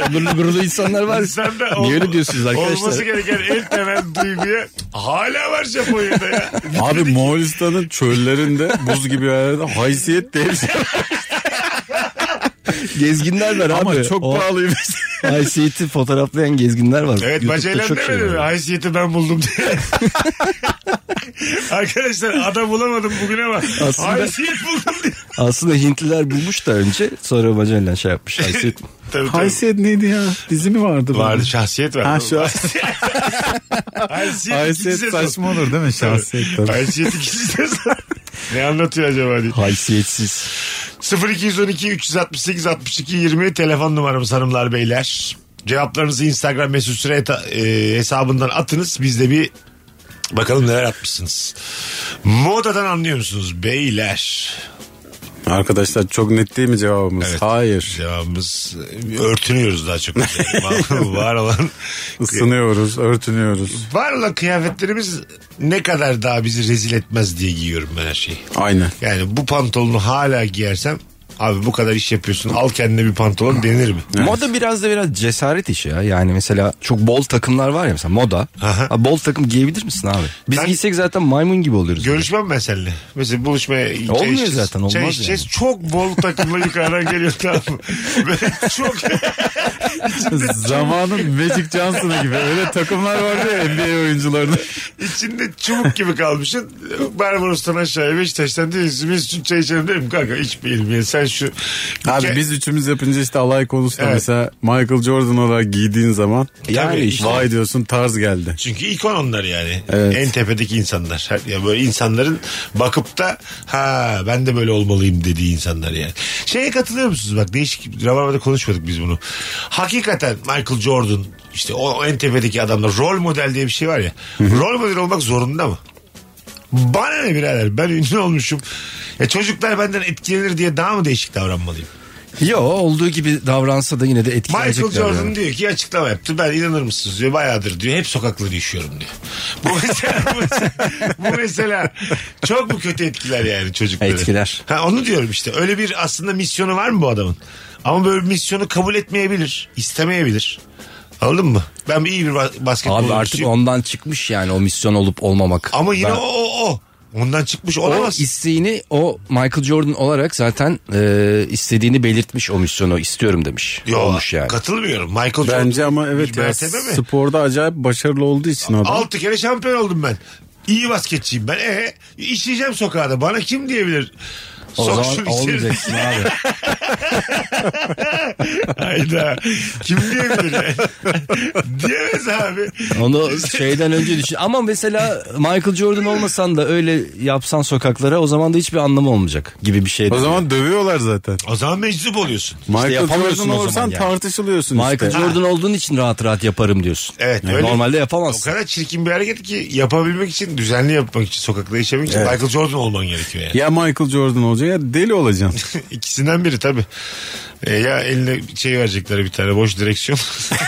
S7: Onurlu gururlu insanlar var.
S2: insanda ol-
S7: Niye öyle diyorsunuz
S2: Olması
S7: arkadaşlar?
S2: gereken en temel duyguya hala var Japonya'da ya.
S4: Abi Moğolistan'ın çöllerinde buz gibi yerlerde haysiyet diye bir şey var.
S7: Gezginler var
S4: ama
S7: abi.
S4: çok
S7: O
S4: pahalıymış.
S7: Haysiyeti fotoğraflayan gezginler var.
S2: Evet
S7: YouTube'da
S2: bacayla
S7: çok şey
S2: demedi mi?
S7: var.
S2: Haysiyeti ben buldum diye. Arkadaşlar adam bulamadım bugün ama
S7: Aslında-
S2: haysiyet buldum diye.
S7: Aslında Hintliler bulmuş da önce sonra bacayla şey yapmış. Haysiyet
S2: Tabii, tabii.
S4: haysiyet neydi ya? Dizi mi vardı?
S2: Vardı şahsiyet var.
S4: Ha, şu an-
S2: haysiyet,
S4: haysiyet
S2: ikisi de-
S4: saçma olur değil mi? Şahsiyet. tabii.
S2: Haysiyet ikisi de- Ne anlatıyor acaba diye.
S7: haysiyetsiz.
S2: 0212 368 62 20 telefon numaramız hanımlar beyler. Cevaplarınızı Instagram mesut süre heta- e, hesabından atınız. Biz de bir bakalım neler atmışsınız. Modadan anlıyor musunuz beyler?
S4: Arkadaşlar çok net değil mi cevabımız?
S2: Evet.
S4: Hayır.
S2: Cevabımız e, örtünüyoruz daha çok. var, var olan
S4: Isınıyoruz, örtünüyoruz.
S2: var olan kıyafetlerimiz ne kadar daha bizi rezil etmez diye giyiyorum ben her şeyi.
S4: Aynen.
S2: Yani bu pantolonu hala giyersem abi bu kadar iş yapıyorsun al kendine bir pantolon denir mi?
S7: Moda biraz da biraz cesaret işi ya. Yani mesela çok bol takımlar var ya mesela moda.
S2: Aha.
S7: Abi bol takım giyebilir misin abi? Biz
S2: Ben-
S7: giysek zaten maymun gibi oluyoruz.
S2: Görüşmem ben seninle. Mesela buluşmaya çay
S7: olmuyor
S2: içeceğiz.
S7: zaten, olmaz
S2: çay
S7: yani.
S2: içeceğiz. Çok bol takımla yukarıdan geliyor tamam mı? Böyle çok
S4: Zamanın Magic Johnson'ı gibi öyle takımlar vardı ya NBA oyuncularının.
S2: içinde çubuk gibi kalmışsın. Barbaros'tan aşağıya Beşiktaş'tan diyorsun. Biz için çay içelim derim kanka içmeyelim ya. Sen şu...
S4: Abi
S2: Ke-
S4: biz üçümüz yapınca işte alay konusunda
S2: Evet.
S4: mesela Michael Jordan olarak giydiğin zaman
S7: Yani
S2: Tabii.
S7: işte.
S4: vay diyorsun tarz geldi.
S2: Çünkü ikon onlar yani.
S4: Evet.
S2: En tepedeki insanlar. Her- Ya böyle insanların bakıp da ha ben de böyle olmalıyım dediği insanlar yani. Şeye katılıyor musunuz? Bak değişik Rabarba'da konuşmadık biz bunu. Hakikaten Michael Jordan işte o, o en tepedeki adamlar rol model diye bir şey var ya. rol model olmak zorunda mı? Bana ne birader ben ünlü olmuşum. Ya çocuklar benden etkilenir diye daha mı değişik davranmalıyım?
S7: Yo olduğu gibi davransa da yine de etkilenecekler.
S2: Michael
S7: yani.
S2: Jordan diyor ki açıklama yaptı. Ben inanır mısınız diyor. Bayağıdır diyor. Hep sokakları yaşıyorum diyor. Bu mesela, bu mesela, bu mesela çok mu kötü etkiler yani çocukları?
S7: Etkiler.
S2: Ha, onu diyorum işte. Öyle bir aslında misyonu var mı bu adamın? Ama böyle bir misyonu kabul etmeyebilir. istemeyebilir. Anladın mı? Ben iyi bir ba- basketbol
S7: Abi artık
S2: oyuncusuyum.
S7: ondan çıkmış yani o misyon olup olmamak.
S2: Ama yine
S7: Ben-
S2: o o o. Ondan çıkmış
S7: O
S2: olamaz.
S7: isteğini o Michael Jordan olarak zaten e, istediğini belirtmiş o misyonu istiyorum demiş.
S2: Yo,
S7: Olmuş yani.
S2: Katılmıyorum. Michael
S4: Bence
S2: Jordan
S4: ama evet
S2: bir
S4: ya,
S2: mertebe E mi?
S4: sporda acayip başarılı olduğu için adam.
S2: 6 kere şampiyon oldum ben. İyi basketçiyim ben. E işleyeceğim sokağda. Bana kim diyebilir? şey.
S3: O
S2: Soksun
S3: zaman
S2: içeri.
S3: olmayacaksın abi.
S2: Hayda. Kim diyebilir? Diyemez abi.
S7: Onu şeyden önce düşün. Ama mesela Michael Jordan olmasan da öyle yapsan sokaklara o zaman da hiçbir anlamı olmayacak gibi bir şey.
S4: O zaman dövüyorlar zaten.
S2: O zaman meczup oluyorsun.
S4: Michael
S7: yapamıyorsun
S4: Jordan
S7: o zaman
S4: olursan
S7: yani.
S4: tartışılıyorsun işte.
S7: Michael Jordan olduğun için rahat rahat yaparım diyorsun.
S2: Evet,
S7: Yani
S2: öyle.
S7: Normalde
S2: O
S7: yapamazsın.
S2: kadar çirkin bir hareket ki yapabilmek için, düzenli yapmak için, sokakta yaşamak için Michael Jordan olman gerekiyor yani.
S4: Ya Michael Jordan olacaksın ya deli olacaksın.
S2: İkisinden biri tabii. E, ya eline şey verecekler bir tane boş direksiyon.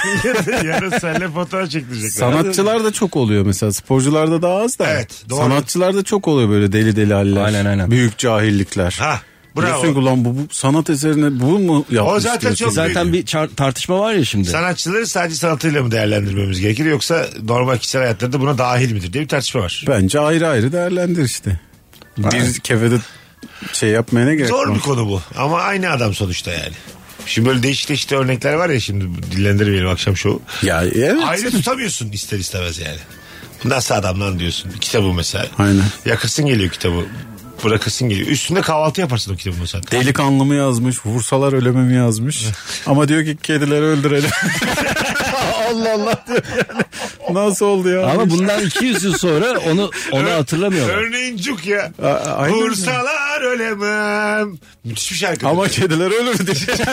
S2: ya da seninle fotoğraf çektirecekler.
S4: Sanatçılar da çok oluyor mesela. Sporcularda daha az da.
S2: Evet, doğru.
S4: Sanatçılarda çok oluyor böyle deli deli haller.
S7: Aynen, aynen.
S4: Büyük cahillikler.
S2: Ha, bravo.
S4: Diyorsun ki, "Ulan bu, bu sanat eserine bu mu yapmış
S2: O zaten
S4: diyorsun.
S2: çok
S7: Zaten bir çar- tartışma var ya şimdi.
S2: Sanatçıları sadece sanatıyla mı değerlendirmemiz gerekir yoksa normal kişisel hayatları da buna dahil midir diye bir tartışma var.
S4: Bence ayrı ayrı değerlendir işte. Bir kefede şey yapmaya ne gerek
S2: Zor
S4: var?
S2: bir konu bu ama aynı adam sonuçta yani. Şimdi böyle değişik değişik örnekler var ya şimdi bu dillendirmeyelim akşam şovu.
S4: Ya evet.
S2: Ayrı tutamıyorsun ister istemez yani. Bu Nasıl adam lan diyorsun. Kitabı mesela.
S4: Aynen.
S2: Yakasın geliyor kitabı. Bırakasın geliyor. Üstünde kahvaltı yaparsın o kitabı mesela.
S4: Delikanlı mı yazmış, vursalar ölememi yazmış. Ama diyor ki kedileri öldürelim. Allah Allah diyor yani. Nasıl oldu ya?
S7: Ama bundan 200 yıl sonra onu onu hatırlamıyorlar.
S2: Örneğin cuk ya.
S4: A- a- aynen öyle.
S2: Vursalar ölemem. Müthiş bir şarkı.
S4: Ama kediler ölür diye.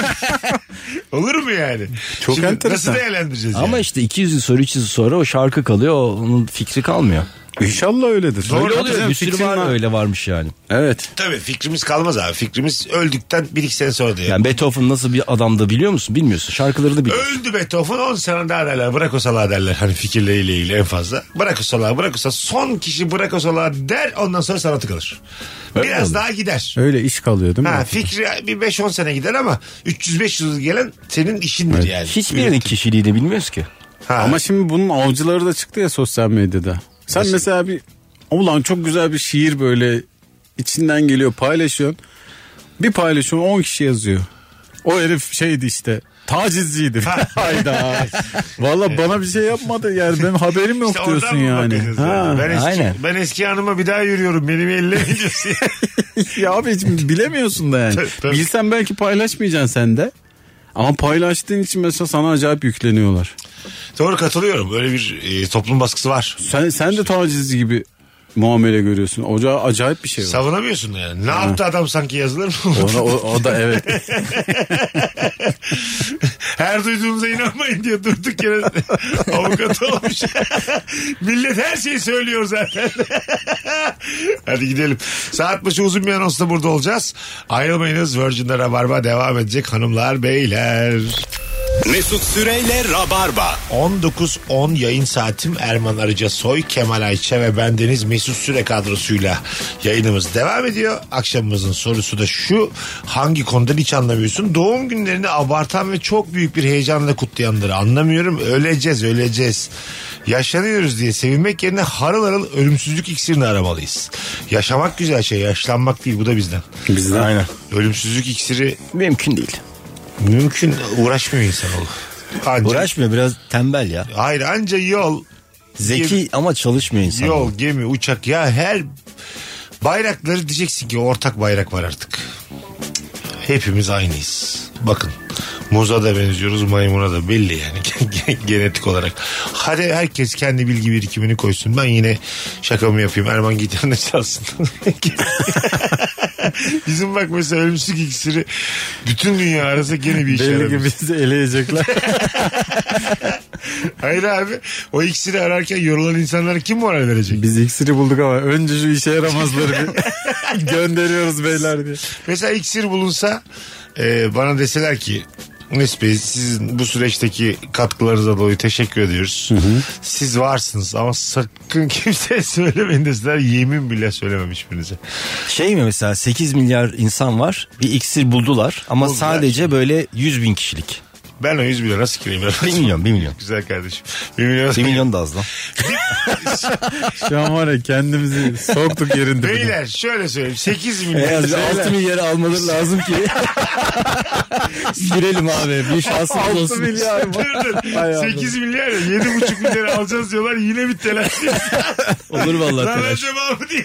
S2: Olur mu yani?
S4: Çok
S2: Şimdi
S4: enteresan.
S2: Nasıl değerlendireceğiz
S7: Ama
S2: yani?
S7: işte 200 yıl sonra 300 yıl sonra o şarkı kalıyor onun fikri kalmıyor.
S4: İnşallah öyledir.
S2: Doğru
S7: Öyle
S2: Öyle
S7: oluyor bir sürü var öyle varmış yani.
S4: Evet.
S2: Tabii fikrimiz kalmaz abi. Fikrimiz öldükten bir iki sene sonra diyor.
S7: Yani Beethoven nasıl bir adamdı biliyor musun? Bilmiyorsun şarkıları da biliyorsun.
S2: Öldü Beethoven 10 sene daha derler. Bırak o salağı derler. Hani fikirleriyle ilgili en fazla. Bırak o salağı bırak o salağı. Son kişi bırak o salağı der ondan sonra sanatı kalır. Biraz daha gider.
S4: Öyle iş kalıyor değil mi?
S2: Ha, fikri bir 5-10 sene gider ama 300-500 yıl gelen senin işindir yani.
S7: Hiçbirinin kişiliğini bilmiyoruz ki.
S2: Ha.
S4: Ama şimdi bunun avcıları da çıktı ya sosyal medyada. Sen mesela bir ulan çok güzel bir şiir böyle içinden geliyor paylaşıyorsun. Bir paylaşıyorsun 10 kişi yazıyor. O herif şeydi işte tacizciydi. Hayda. Valla bana bir şey yapmadı yani benim haberim yok
S2: İşte oradan
S4: diyorsun
S2: mı
S4: yani.
S2: bakacağız
S4: Ha.
S2: yani? Ben eski,
S7: aynen.
S2: ben eski hanıma bir daha yürüyorum. Benim elle gidiyorsun.
S4: ya abi hiç bilemiyorsun da yani.
S2: Tabii, tabii.
S4: Bilsen belki paylaşmayacaksın sen de. Ama paylaştığın için mesela sana acayip yükleniyorlar.
S2: Doğru katılıyorum. Böyle bir e, toplum baskısı var.
S4: Sen, sen de tacizci gibi muamele görüyorsun. Ocağı acayip bir şey var.
S2: Savunamıyorsun yani. Ne yaptı adam sanki yazılır mı?
S4: Ona, o, o da evet.
S2: Her duyduğumuza inanmayın diye durduk yere avukat olmuş. Millet her şeyi söylüyor zaten. Hadi gidelim. Saat başı uzun bir anonsla burada olacağız. Ayrılmayınız. Virgin'de Rabarba devam edecek hanımlar beyler.
S1: Mesut Süreyle Rabarba.
S2: 19.10 yayın saatim Erman Arıca Soy, Kemal Ayça ve bendeniz Mesut Süre kadrosuyla yayınımız devam ediyor. Akşamımızın sorusu da şu hangi konudan hiç anlamıyorsun? Doğum günlerini abartan ve çok büyük bir heyecanla kutlayanları anlamıyorum. Öleceğiz öleceğiz. Yaşlanıyoruz diye sevinmek yerine harıl harıl ölümsüzlük iksirini aramalıyız. Yaşamak güzel şey yaşlanmak değil bu da bizden.
S4: Bizden. Aynen.
S2: Ölümsüzlük iksiri
S7: Mümkün değil.
S2: mümkün uğraşmıyor insanoğlu. Anca,
S7: Uğraşmıyor biraz tembel ya.
S2: Hayır anca yol
S7: Zeki ama çalışmıyor insan.
S2: Yol, gemi, uçak ya her bayrakları diyeceksin ki ortak bayrak var artık. Hepimiz aynıyız. Bakın muza da benziyoruz maymuna da belli yani genetik olarak. Hadi herkes kendi bilgi birikimini koysun. Ben yine şakamı yapayım. Erman gitarını çalsın. Bizim bak mesela ölümsüzlük iksiri bütün dünya arası gene bir işe
S4: Belli
S2: yaramıyor.
S4: ki bizi eleyecekler.
S2: Hayır abi o iksiri ararken yorulan insanlara kim moral verecek?
S4: Biz iksiri bulduk ama önce şu işe yaramazları bir gönderiyoruz beyler diye.
S2: Mesela iksir bulunsa e, bana deseler ki Mesut Bey sizin bu süreçteki katkılarınıza dolayı teşekkür ediyoruz. Siz varsınız ama sakın kimseye söylemeyin deseler yemin bile söylemem hiçbirinize.
S7: Şey mi mesela 8 milyar insan var bir iksir buldular ama
S2: Buldular.
S7: sadece böyle 100 bin kişilik.
S2: Ben o 100 milyona sikileyim.
S7: 1 milyon 1 milyon.
S2: Güzel kardeşim. 1 milyon.
S7: 1 milyon da az lan.
S4: Şu an var ya kendimizi soktuk yerinde.
S2: Beyler şöyle söyleyeyim. 8
S7: En
S2: milyon.
S7: az bir 6 milyarı almaları lazım ki. Girelim abi. Bir şansımız olsun.
S2: Dur, dur. 8 milyar ya, 7,5 milyar alacağız diyorlar yine bir telaş.
S7: Olur vallahi.
S2: Lan
S7: telaş.
S2: acaba abi diye.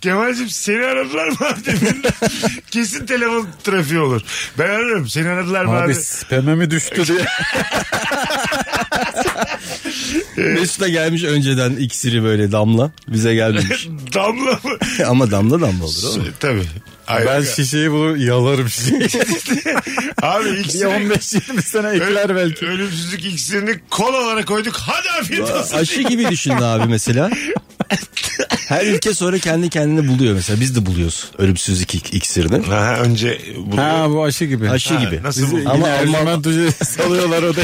S2: Kemal'cim seni aradılar mı abi demin? Kesin telefon trafiği olur. Ben ararım seni aradılar mı abi?
S4: Abi spam'e mi düştü diye.
S7: Mesut'a gelmiş önceden iksiri böyle damla. Bize gelmemiş.
S2: Damla mı?
S7: Ama damla damla olur oğlum.
S2: Tabii. Ay,
S4: Ben şişeyi bulur yalarım şişeyi.
S2: abi iksiri,
S4: 15-20 sene ekler
S2: Öl-
S4: belki.
S2: ölümsüzlük iksirini kol olarak koyduk. Hadi afiyet olsun.
S7: Aşı gibi düşün abi mesela. Her ülke sonra kendi kendini buluyor mesela. Biz de buluyoruz ölümsüzlük ik- iksirini.
S2: Ha, önce bunu
S4: Ha bu aşı gibi.
S7: Aşı
S2: Ha,
S7: gibi.
S2: nasıl buldun?
S7: Ama
S4: Ama
S7: Alman
S4: Ercüment Hoca salıyorlar o da.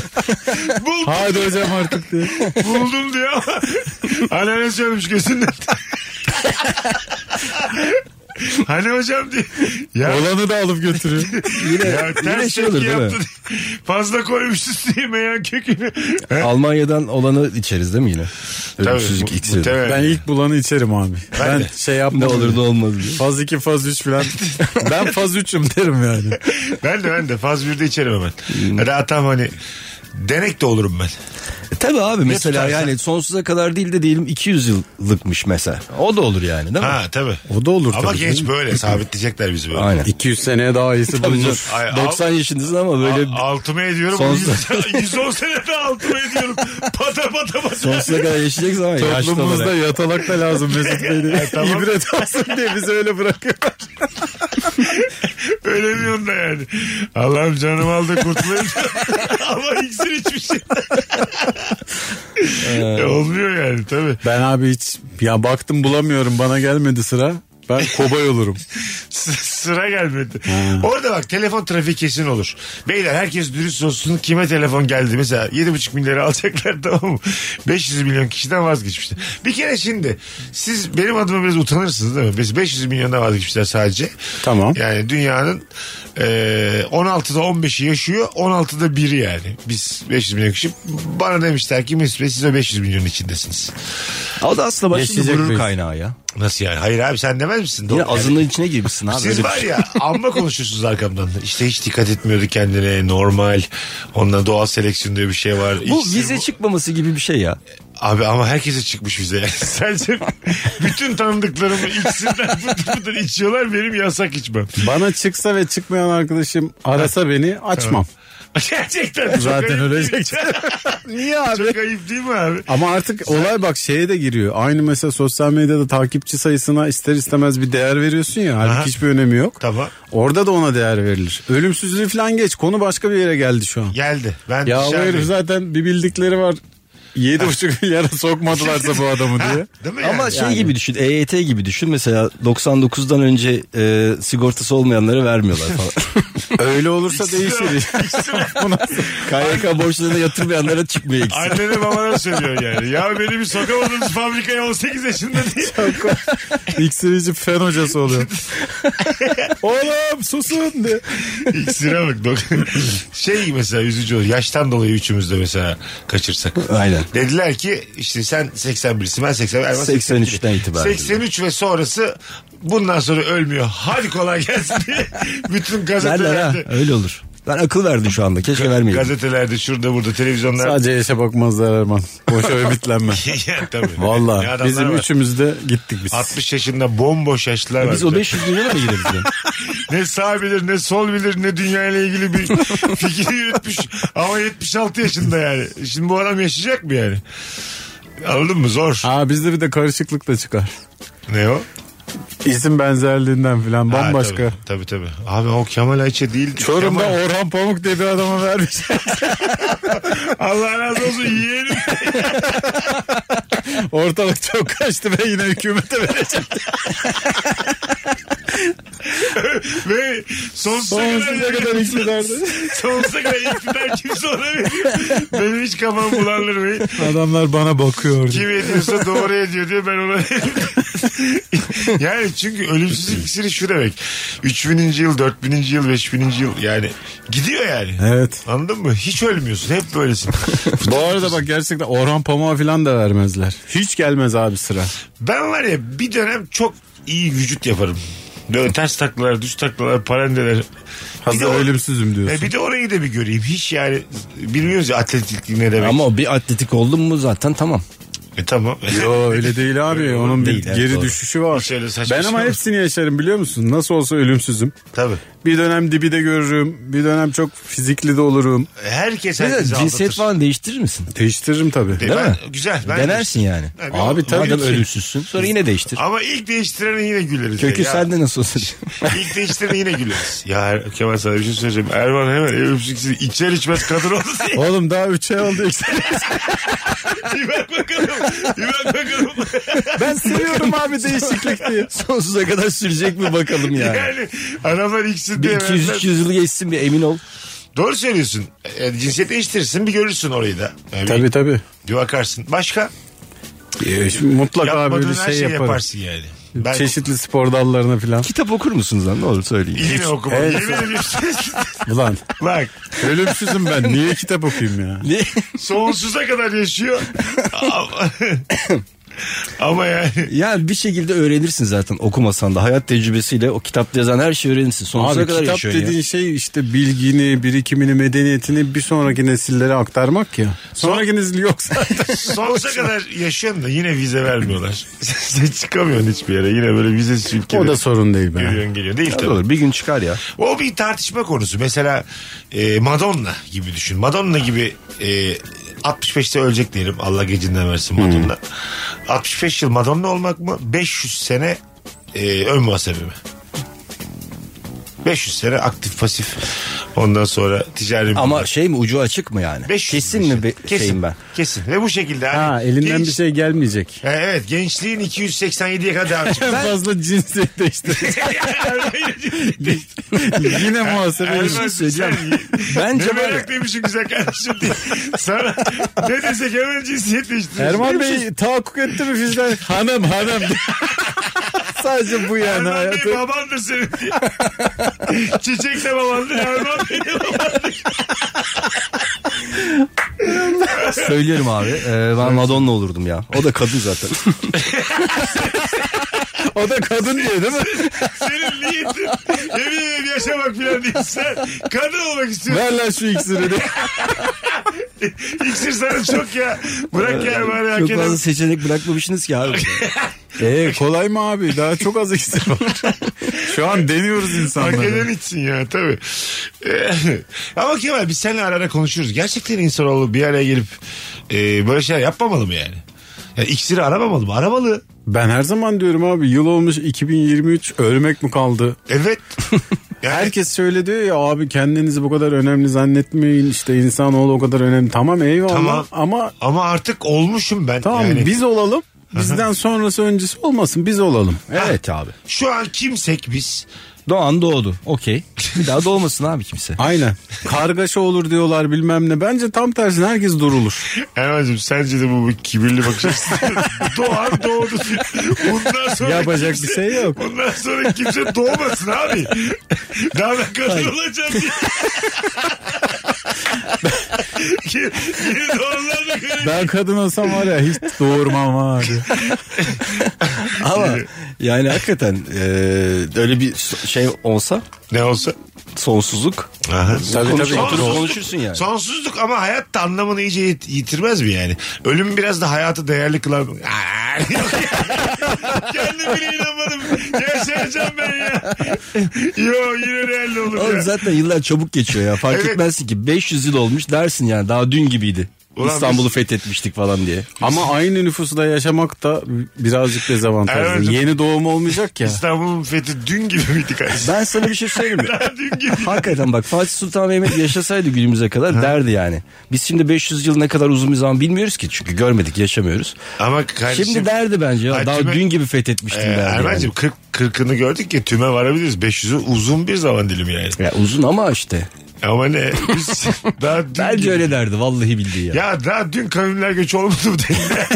S2: Buldum,
S4: Hadi hocam artık diye.
S2: buldum diyor ama anneanne söylemiş gözünden. hani hocam diye. Ya,
S4: Olanı da alıp götürüyor.
S7: yine,
S2: ya
S7: yine
S2: ters
S7: şey
S2: tepki
S7: olur değil mi?
S2: yaptı. Fazla koymuşsun diye meyan kökünü. Ha,
S7: Almanya'dan olanı içeriz değil mi yine? Ölümsüzlük
S2: mu-
S7: iksiri.
S2: muhtemelen.
S4: Ben ilk bulanı içerim abi. Ben, şey yapmam.
S7: Ne olur ne olmaz diye.
S4: Faz 2 faz 3 falan. ben faz 3'üm derim yani.
S2: Ben de ben de faz bir de içerim hemen.
S4: Hmm.
S2: Hadi atam hani denek de olurum ben.
S7: Tabii abi mesela
S2: tutarsan?
S7: yani sonsuza kadar değil de diyelim 200 yıllıkmış mesela. O da olur yani değil mi?
S2: Ha tabii.
S4: O da olur
S2: Ama
S4: tabii.
S2: genç böyle sabitleyecekler bizi böyle.
S7: Aynen.
S4: 200 seneye daha iyisi bulunur.
S2: Ay, al-
S7: 90 yaşındasın ama böyle
S2: Al- altıma ediyorum.
S7: Sonsuza-
S2: 110 senede altıma ediyorum. Pata pata pata.
S7: sonsuza kadar yaşayacaksın ama yaşlı
S4: Toplumumuzda
S7: olarak.
S4: yatalak da lazım Mesut Bey diye.
S2: tamam.
S4: İbret olsun diye bizi öyle bırakıyorlar.
S2: Öyle diyorsun da yani. Allah'ım canım aldı kurtulayım. Ama iksir içmiş.
S4: Ee.
S2: E, Olmuyor yani tabii.
S4: Ben abi hiç ya baktım bulamıyorum bana gelmedi sıra. Ben kobay olurum.
S2: S- sıra gelmedi. Orada bak telefon trafiği kesin olur. Beyler herkes dürüst olsun kime telefon geldi. Mesela 7,5 milyarı alacaklar tamam mı? 500 milyon kişiden vazgeçmişti. Bir kere şimdi siz benim adıma biraz utanırsınız değil mi? Biz 500 milyondan vazgeçmişler sadece.
S4: Tamam.
S2: Yani dünyanın e, 16'da 15'i yaşıyor 16'da 1'i yani. Biz 500 milyon kişi. Bana demişler ki Mesut Bey siz o 500 milyonun içindesiniz.
S7: O da aslında başında
S4: Yaşayacak
S7: gurur
S4: mıyız?
S7: kaynağı ya.
S2: Nasıl yani? Hayır abi sen demez misin?
S7: Yine
S2: Doğru. Yani-
S7: azının içine girmişsin abi.
S2: Siz
S7: Öyle
S2: var
S7: bir- şey
S2: ya amma konuşuyorsunuz arkamdan. İşte hiç dikkat etmiyordu kendine normal. Onunla doğal seleksiyon diye bir şey var.
S7: Bu
S2: İksir
S7: vize çıkmaması gibi bir şey ya.
S2: Abi ama herkese çıkmış vize. yani. Sence bütün tanıdıklarımı iksirden pıtır pıtır içiyorlar benim yasak içmem.
S4: Bana çıksa ve çıkmayan arkadaşım arasa beni açmam.
S2: Gerçekten çok
S4: Zaten
S2: ayıp
S4: ölecek.
S2: değil mi?
S4: Niye abi?
S2: çok ayıp değil mi abi?
S4: Ama artık olay bak şeye de giriyor. Aynı mesela sosyal medyada takipçi sayısına ister istemez bir değer veriyorsun ya. Halbuki
S2: Aha.
S4: hiçbir önemi yok.
S2: Tamam.
S4: Orada da ona değer verilir. Ölümsüzlüğü falan geç. Konu başka bir yere geldi şu an.
S2: Geldi. Ben
S4: Ya o
S2: dışarıdayım.
S4: herif zaten bir bildikleri var. 7,5 milyara sokmadılarsa bu adamı
S2: Ha,
S4: diye.
S2: Değil mi
S7: Ama
S2: yani?
S7: şey gibi düşün EYT gibi düşün mesela 99'dan önce e, sigortası olmayanlara vermiyorlar falan.
S4: Öyle olursa değişir.
S7: KYK borçlarına yatırmayanlara çıkmıyor ikisi.
S2: Annene babana söylüyor yani. Ya beni bir sokamadınız fabrikaya 18 yaşında diye.
S4: İksirici fen hocası oluyor. Oğlum susun diye.
S2: İksire bak. Dok- şey mesela üzücü olur. Yaştan dolayı üçümüz de mesela kaçırsak.
S7: Aynen.
S2: Dediler ki işte sen 81'sin ben 80. Erman
S7: 83'ten itibaren.
S2: 83 ve sonrası bundan sonra ölmüyor. Hadi kolay gelsin diye. Bütün
S7: Verler ha
S2: gazetelerde.
S7: öyle olur. Ben akıl verdim şu anda keşke vermeyeydim.
S2: Gazetelerde şurada burada televizyonlarda.
S4: Sadece yaşa bakmazlar Erman. Boşa ümitlenme.
S2: Ya Tabii. Ne
S4: Valla
S2: adamlar
S4: bizim
S2: var.
S4: üçümüz de gittik biz.
S2: 60 yaşında bomboş yaşlılar
S4: E
S2: var.
S7: Biz o
S2: bize.
S7: 500 milyona mı gireriz? yani?
S2: Ne sağ bilir ne sol bilir ne dünyayla ilgili bir fikir yürütmüş. Ama 76 yaşında yani. Şimdi bu adam yaşayacak mı yani? Anladın mı? Zor.
S4: Aa bizde bir de karışıklık da çıkar.
S2: Ne o?
S4: İsim benzerliğinden filan
S2: Ha,
S4: bambaşka.
S2: Tabii, tabii tabii. Abi o Kemal Ayça değil.
S4: Çorum'da
S2: Kemal-
S4: Orhan Pamuk diye bir adama vermiş.
S2: Allah razı olsun yeğenim.
S4: Ortalık çok kaçtı ve yine hükümete verecek.
S2: Ve sonsuza,
S4: Sonsuza kadar iktidarda.
S2: sonsuza kadar iktidar kimse ona veriyor. Benim hiç kafam bulanır ve
S4: Adamlar bana bakıyor.
S2: kim ediyorsa doğru ediyor diye ben ona yani çünkü ölümsüzlük iksiri şu demek. 3000. yıl, 4000. yıl, 5000. yıl yani gidiyor yani.
S4: Evet.
S2: Anladın mı? Hiç ölmüyorsun. Hep böylesin.
S4: Bu arada bak gerçekten Orhan Pamuk'a falan da vermezler. Hiç gelmez abi sıra.
S2: Ben var ya bir dönem çok iyi vücut yaparım. Böyle ters taklalar, düz taklalar, parandeler. Bir
S4: Hazır
S2: de o-
S4: ölümsüzüm
S2: E
S4: diyorsun.
S2: bir de orayı da bir göreyim. Hiç yani bilmiyoruz ya atletiklik ne demek.
S7: Ama o bir atletik oldun mu zaten tamam.
S2: E tamam.
S4: Yo öyle değil abi. Onun bir
S7: Değil, evet,
S4: geri
S7: doğru.
S4: düşüşü var.
S2: Hiç öyle saçma
S4: ben
S2: şey
S4: ama
S2: yok.
S4: hepsini yaşarım biliyor musun? Nasıl olsa ölümsüzüm.
S2: Tabii.
S4: Bir dönem dibi de görürüm. Bir dönem çok fizikli de olurum.
S2: Herkes
S7: Bir de
S2: herkesi
S7: cinsiyet
S2: aldatır.
S7: falan değiştirir misin?
S4: Değiştiririm tabii.
S2: E,
S7: Değil
S2: ben-
S7: mi?
S2: Güzel. Ben
S7: Denersin yani.
S2: Abi,
S7: Abi
S2: tabii
S7: tabii. Madem
S2: ki.
S7: ölümsüzsün sonra yine değiştir.
S2: Ama ilk değiştirene yine güleriz.
S7: Kökü
S2: ya.
S7: sende nasıl olsun?
S2: İlk değiştirene yine güleriz. Ya Kemal sana bir şey söyleyeceğim. Erman hemen ev öpsüksüz içer içmez kadın oldu diye.
S4: Oğlum daha 3 ay oldu. işte.
S2: Bir bak bakalım. Bir bak bakalım.
S4: ben seviyorum abi değişiklik diye.
S7: Sonsuza kadar sürecek mi bakalım ya.
S2: yani adamlar ikisi
S7: Bir
S2: diye.
S7: 200-300 yılı geçsin bir emin ol.
S2: Doğru söylüyorsun. E, cinsiyet değiştirirsin bir görürsün orayı da. Yani
S4: Tabii tabii.
S2: Bir bakarsın. Başka?
S4: Ee, şimdi mutlaka
S2: Yapmadığın
S4: böyle bir
S2: her
S4: şey,
S2: şeyi
S4: yaparım.
S2: yaparsın yani. Ben
S4: Çeşitli spor dallarına falan.
S7: Kitap okur musunuz lan ne olur söyleyin.
S2: yine okumam.
S4: Evet.
S2: Yemin ediyorum.
S4: Ulan
S2: Bak
S4: ölümsüzüm ben. Niye kitap okuyayım ya?
S2: sonsuza kadar yaşıyor. Ama- Ama yani.
S7: Yani bir şekilde öğrenirsin zaten okumasan da. Hayat tecrübesiyle o kitapta yazan her şeyi öğrenirsin. Sonsuza
S4: Abi
S7: kadar
S4: kitap
S7: yaşıyorsun ya.
S4: dediğin şey işte bilgini, birikimini, medeniyetini bir sonraki nesillere aktarmak ya. Sonraki nesil yoksa.
S2: Sonsuza kadar yaşıyorsun da yine vize vermiyorlar. Sen çıkamıyorsun hiçbir yere. Yine böyle vizesiz ülkede.
S4: o da sorun değil be.
S2: Geliyorsun geliyor. Değil tabii.
S7: Olur bir gün çıkar ya.
S2: O bir tartışma konusu. Mesela e, Madonna gibi düşün. Madonna gibi e, 65'te ölecek diyelim. Allah gecinden versin Madonna.
S7: Hmm.
S2: 65 yıl Madonna olmak mı? 500 sene e, ön muhasebe mi? 500 sene aktif pasif. Ondan sonra ticari bir-
S7: Ama şey mi ucu açık mı yani?
S2: 500
S7: Kesin
S2: işte.
S4: şey?
S7: mi be- şeyim ben?
S2: Kesin. Ve bu şekilde. hani
S4: Ha elinden
S2: genç-
S4: bir şey gelmeyecek.
S2: E, Evet gençliğin 287'ye kadar devam edecek.
S4: En fazla cinsiyet değişti. Yine muhasebe
S2: Erman,
S4: işi.
S7: söyleyeceğim.
S2: sen-
S7: Bence
S2: ne
S7: var ya.
S2: meraklıymışsın güzel kardeşim diye. Sana ne desek hemen cinsiyet değiştiriyorsun.
S4: Erman
S2: şey-
S4: Bey tahakkuk etti mi bizden? Hanım hanım. Sadece bu yani
S2: Erman Bey
S4: hayatı.
S2: babandır senin diye. Çiçek de babandır Erman Bey de babandır.
S7: Söylüyorum abi. Ee, ben Madonna olurdum ya. O da kadın zaten.
S4: O da kadın diye değil mi?
S2: Senin niyetin yemin ederim yaşamak falan değil. Sen kadın olmak istiyorsun.
S4: Ver lan şu iksiri de.
S2: İksir sana çok ya. Bırak ya Erman'ı hak
S7: Çok
S2: edemem.
S7: fazla seçenek bırakmamışsınız ki abi.
S4: Ee, kolay mı abi? Daha çok az iksir var. Şu an deniyoruz
S2: Hak
S4: insanları.
S2: eden içsin ya tabii. Ee, Ama Kemal biz seninle ara ara konuşuruz. Gerçekten insanoğlu bir araya gelip e, böyle şeyler yapmamalı mı yani? Ya iksiri aramamalı mı? Aramalı.
S4: Ben her zaman diyorum abi yıl olmuş 2023 ölmek mi kaldı?
S2: Evet. Yani,
S4: Herkes şöyle diyor ya abi kendinizi bu kadar önemli zannetmeyin işte insanoğlu o kadar önemli. Tamam eyvallah
S2: Tamam.
S4: ama
S2: Ama artık olmuşum ben.
S4: tamam
S2: yani.
S4: biz olalım. Bizden sonrası öncesi olmasın biz olalım.
S7: evet abi.
S2: Şu an kimsek biz.
S7: Doğan doğdu. Okey. Bir daha doğmasın abi kimse.
S4: Aynen. Kargaşa olur diyorlar bilmem ne. Bence tam tersine herkes durulur.
S2: Erman'cığım sence de bu bir kibirli bakış açısı. Doğan doğdu. Bundan sonra
S4: Yapacak bir şey yok.
S2: Bundan sonra kimse doğmasın abi. Daha ben kadın olacağım diye. Ki- Yeni doğanlar da böyle-
S4: Ben kadın olsam var ya hiç doğurmam abi.
S7: Ama yani hakikaten e, öyle bir so- şey olsa
S2: Ne olsa?
S7: sonsuzluk.
S2: Aha.
S7: Tabii
S2: tabii.
S7: konuşursun yani.
S2: Sonsuzluk ama hayat da anlamını iyice yit- yitirmez mi yani? Ölüm biraz da hayatı değerli kılar mı? Aa, yok ya. Kendime bile inanmadım. Yaşayacağım ben ya. Yo yine değerli olur
S7: Oğlum
S2: ya.
S7: zaten yıllar çabuk geçiyor ya. Fark
S2: Evet.
S7: etmezsin ki 500 yıl olmuş dersin yani daha dün gibiydi.
S2: Ulan biz-
S7: İstanbul'u fethetmiştik falan diye.
S4: Ama aynı nüfusta yaşamak da birazcık dezavantajlı.
S2: Evet.
S4: Yeni doğum olmayacak ya.
S2: İstanbul'un fethi dün gibi miydi kardeşim?
S7: Ben sana bir şey söyleyeyim mi?
S2: dün gibi.
S7: Hakikaten bak Fatih Sultan Mehmet yaşasaydı günümüze kadar derdi yani. Biz şimdi 500 yıl ne kadar uzun bir zaman bilmiyoruz ki çünkü görmedik yaşamıyoruz.
S2: Ama kardeşim...
S7: Şimdi derdi bence ya
S2: Ay,
S7: daha
S2: tüme-
S7: dün gibi fethetmiştim
S2: Ee,
S7: derdi.
S2: Ermen'cim
S7: Yani.
S2: 40, 40'ını gördük ki tüme varabiliriz. 500'ü uzun bir zaman dilimi yani.
S7: Ya uzun ama işte.
S2: Ama ne? Biz daha dün
S7: Bence
S2: gibi-
S7: öyle derdi vallahi bildiği ya.
S2: Ya daha dün kavimler göç olmadı mı dediler.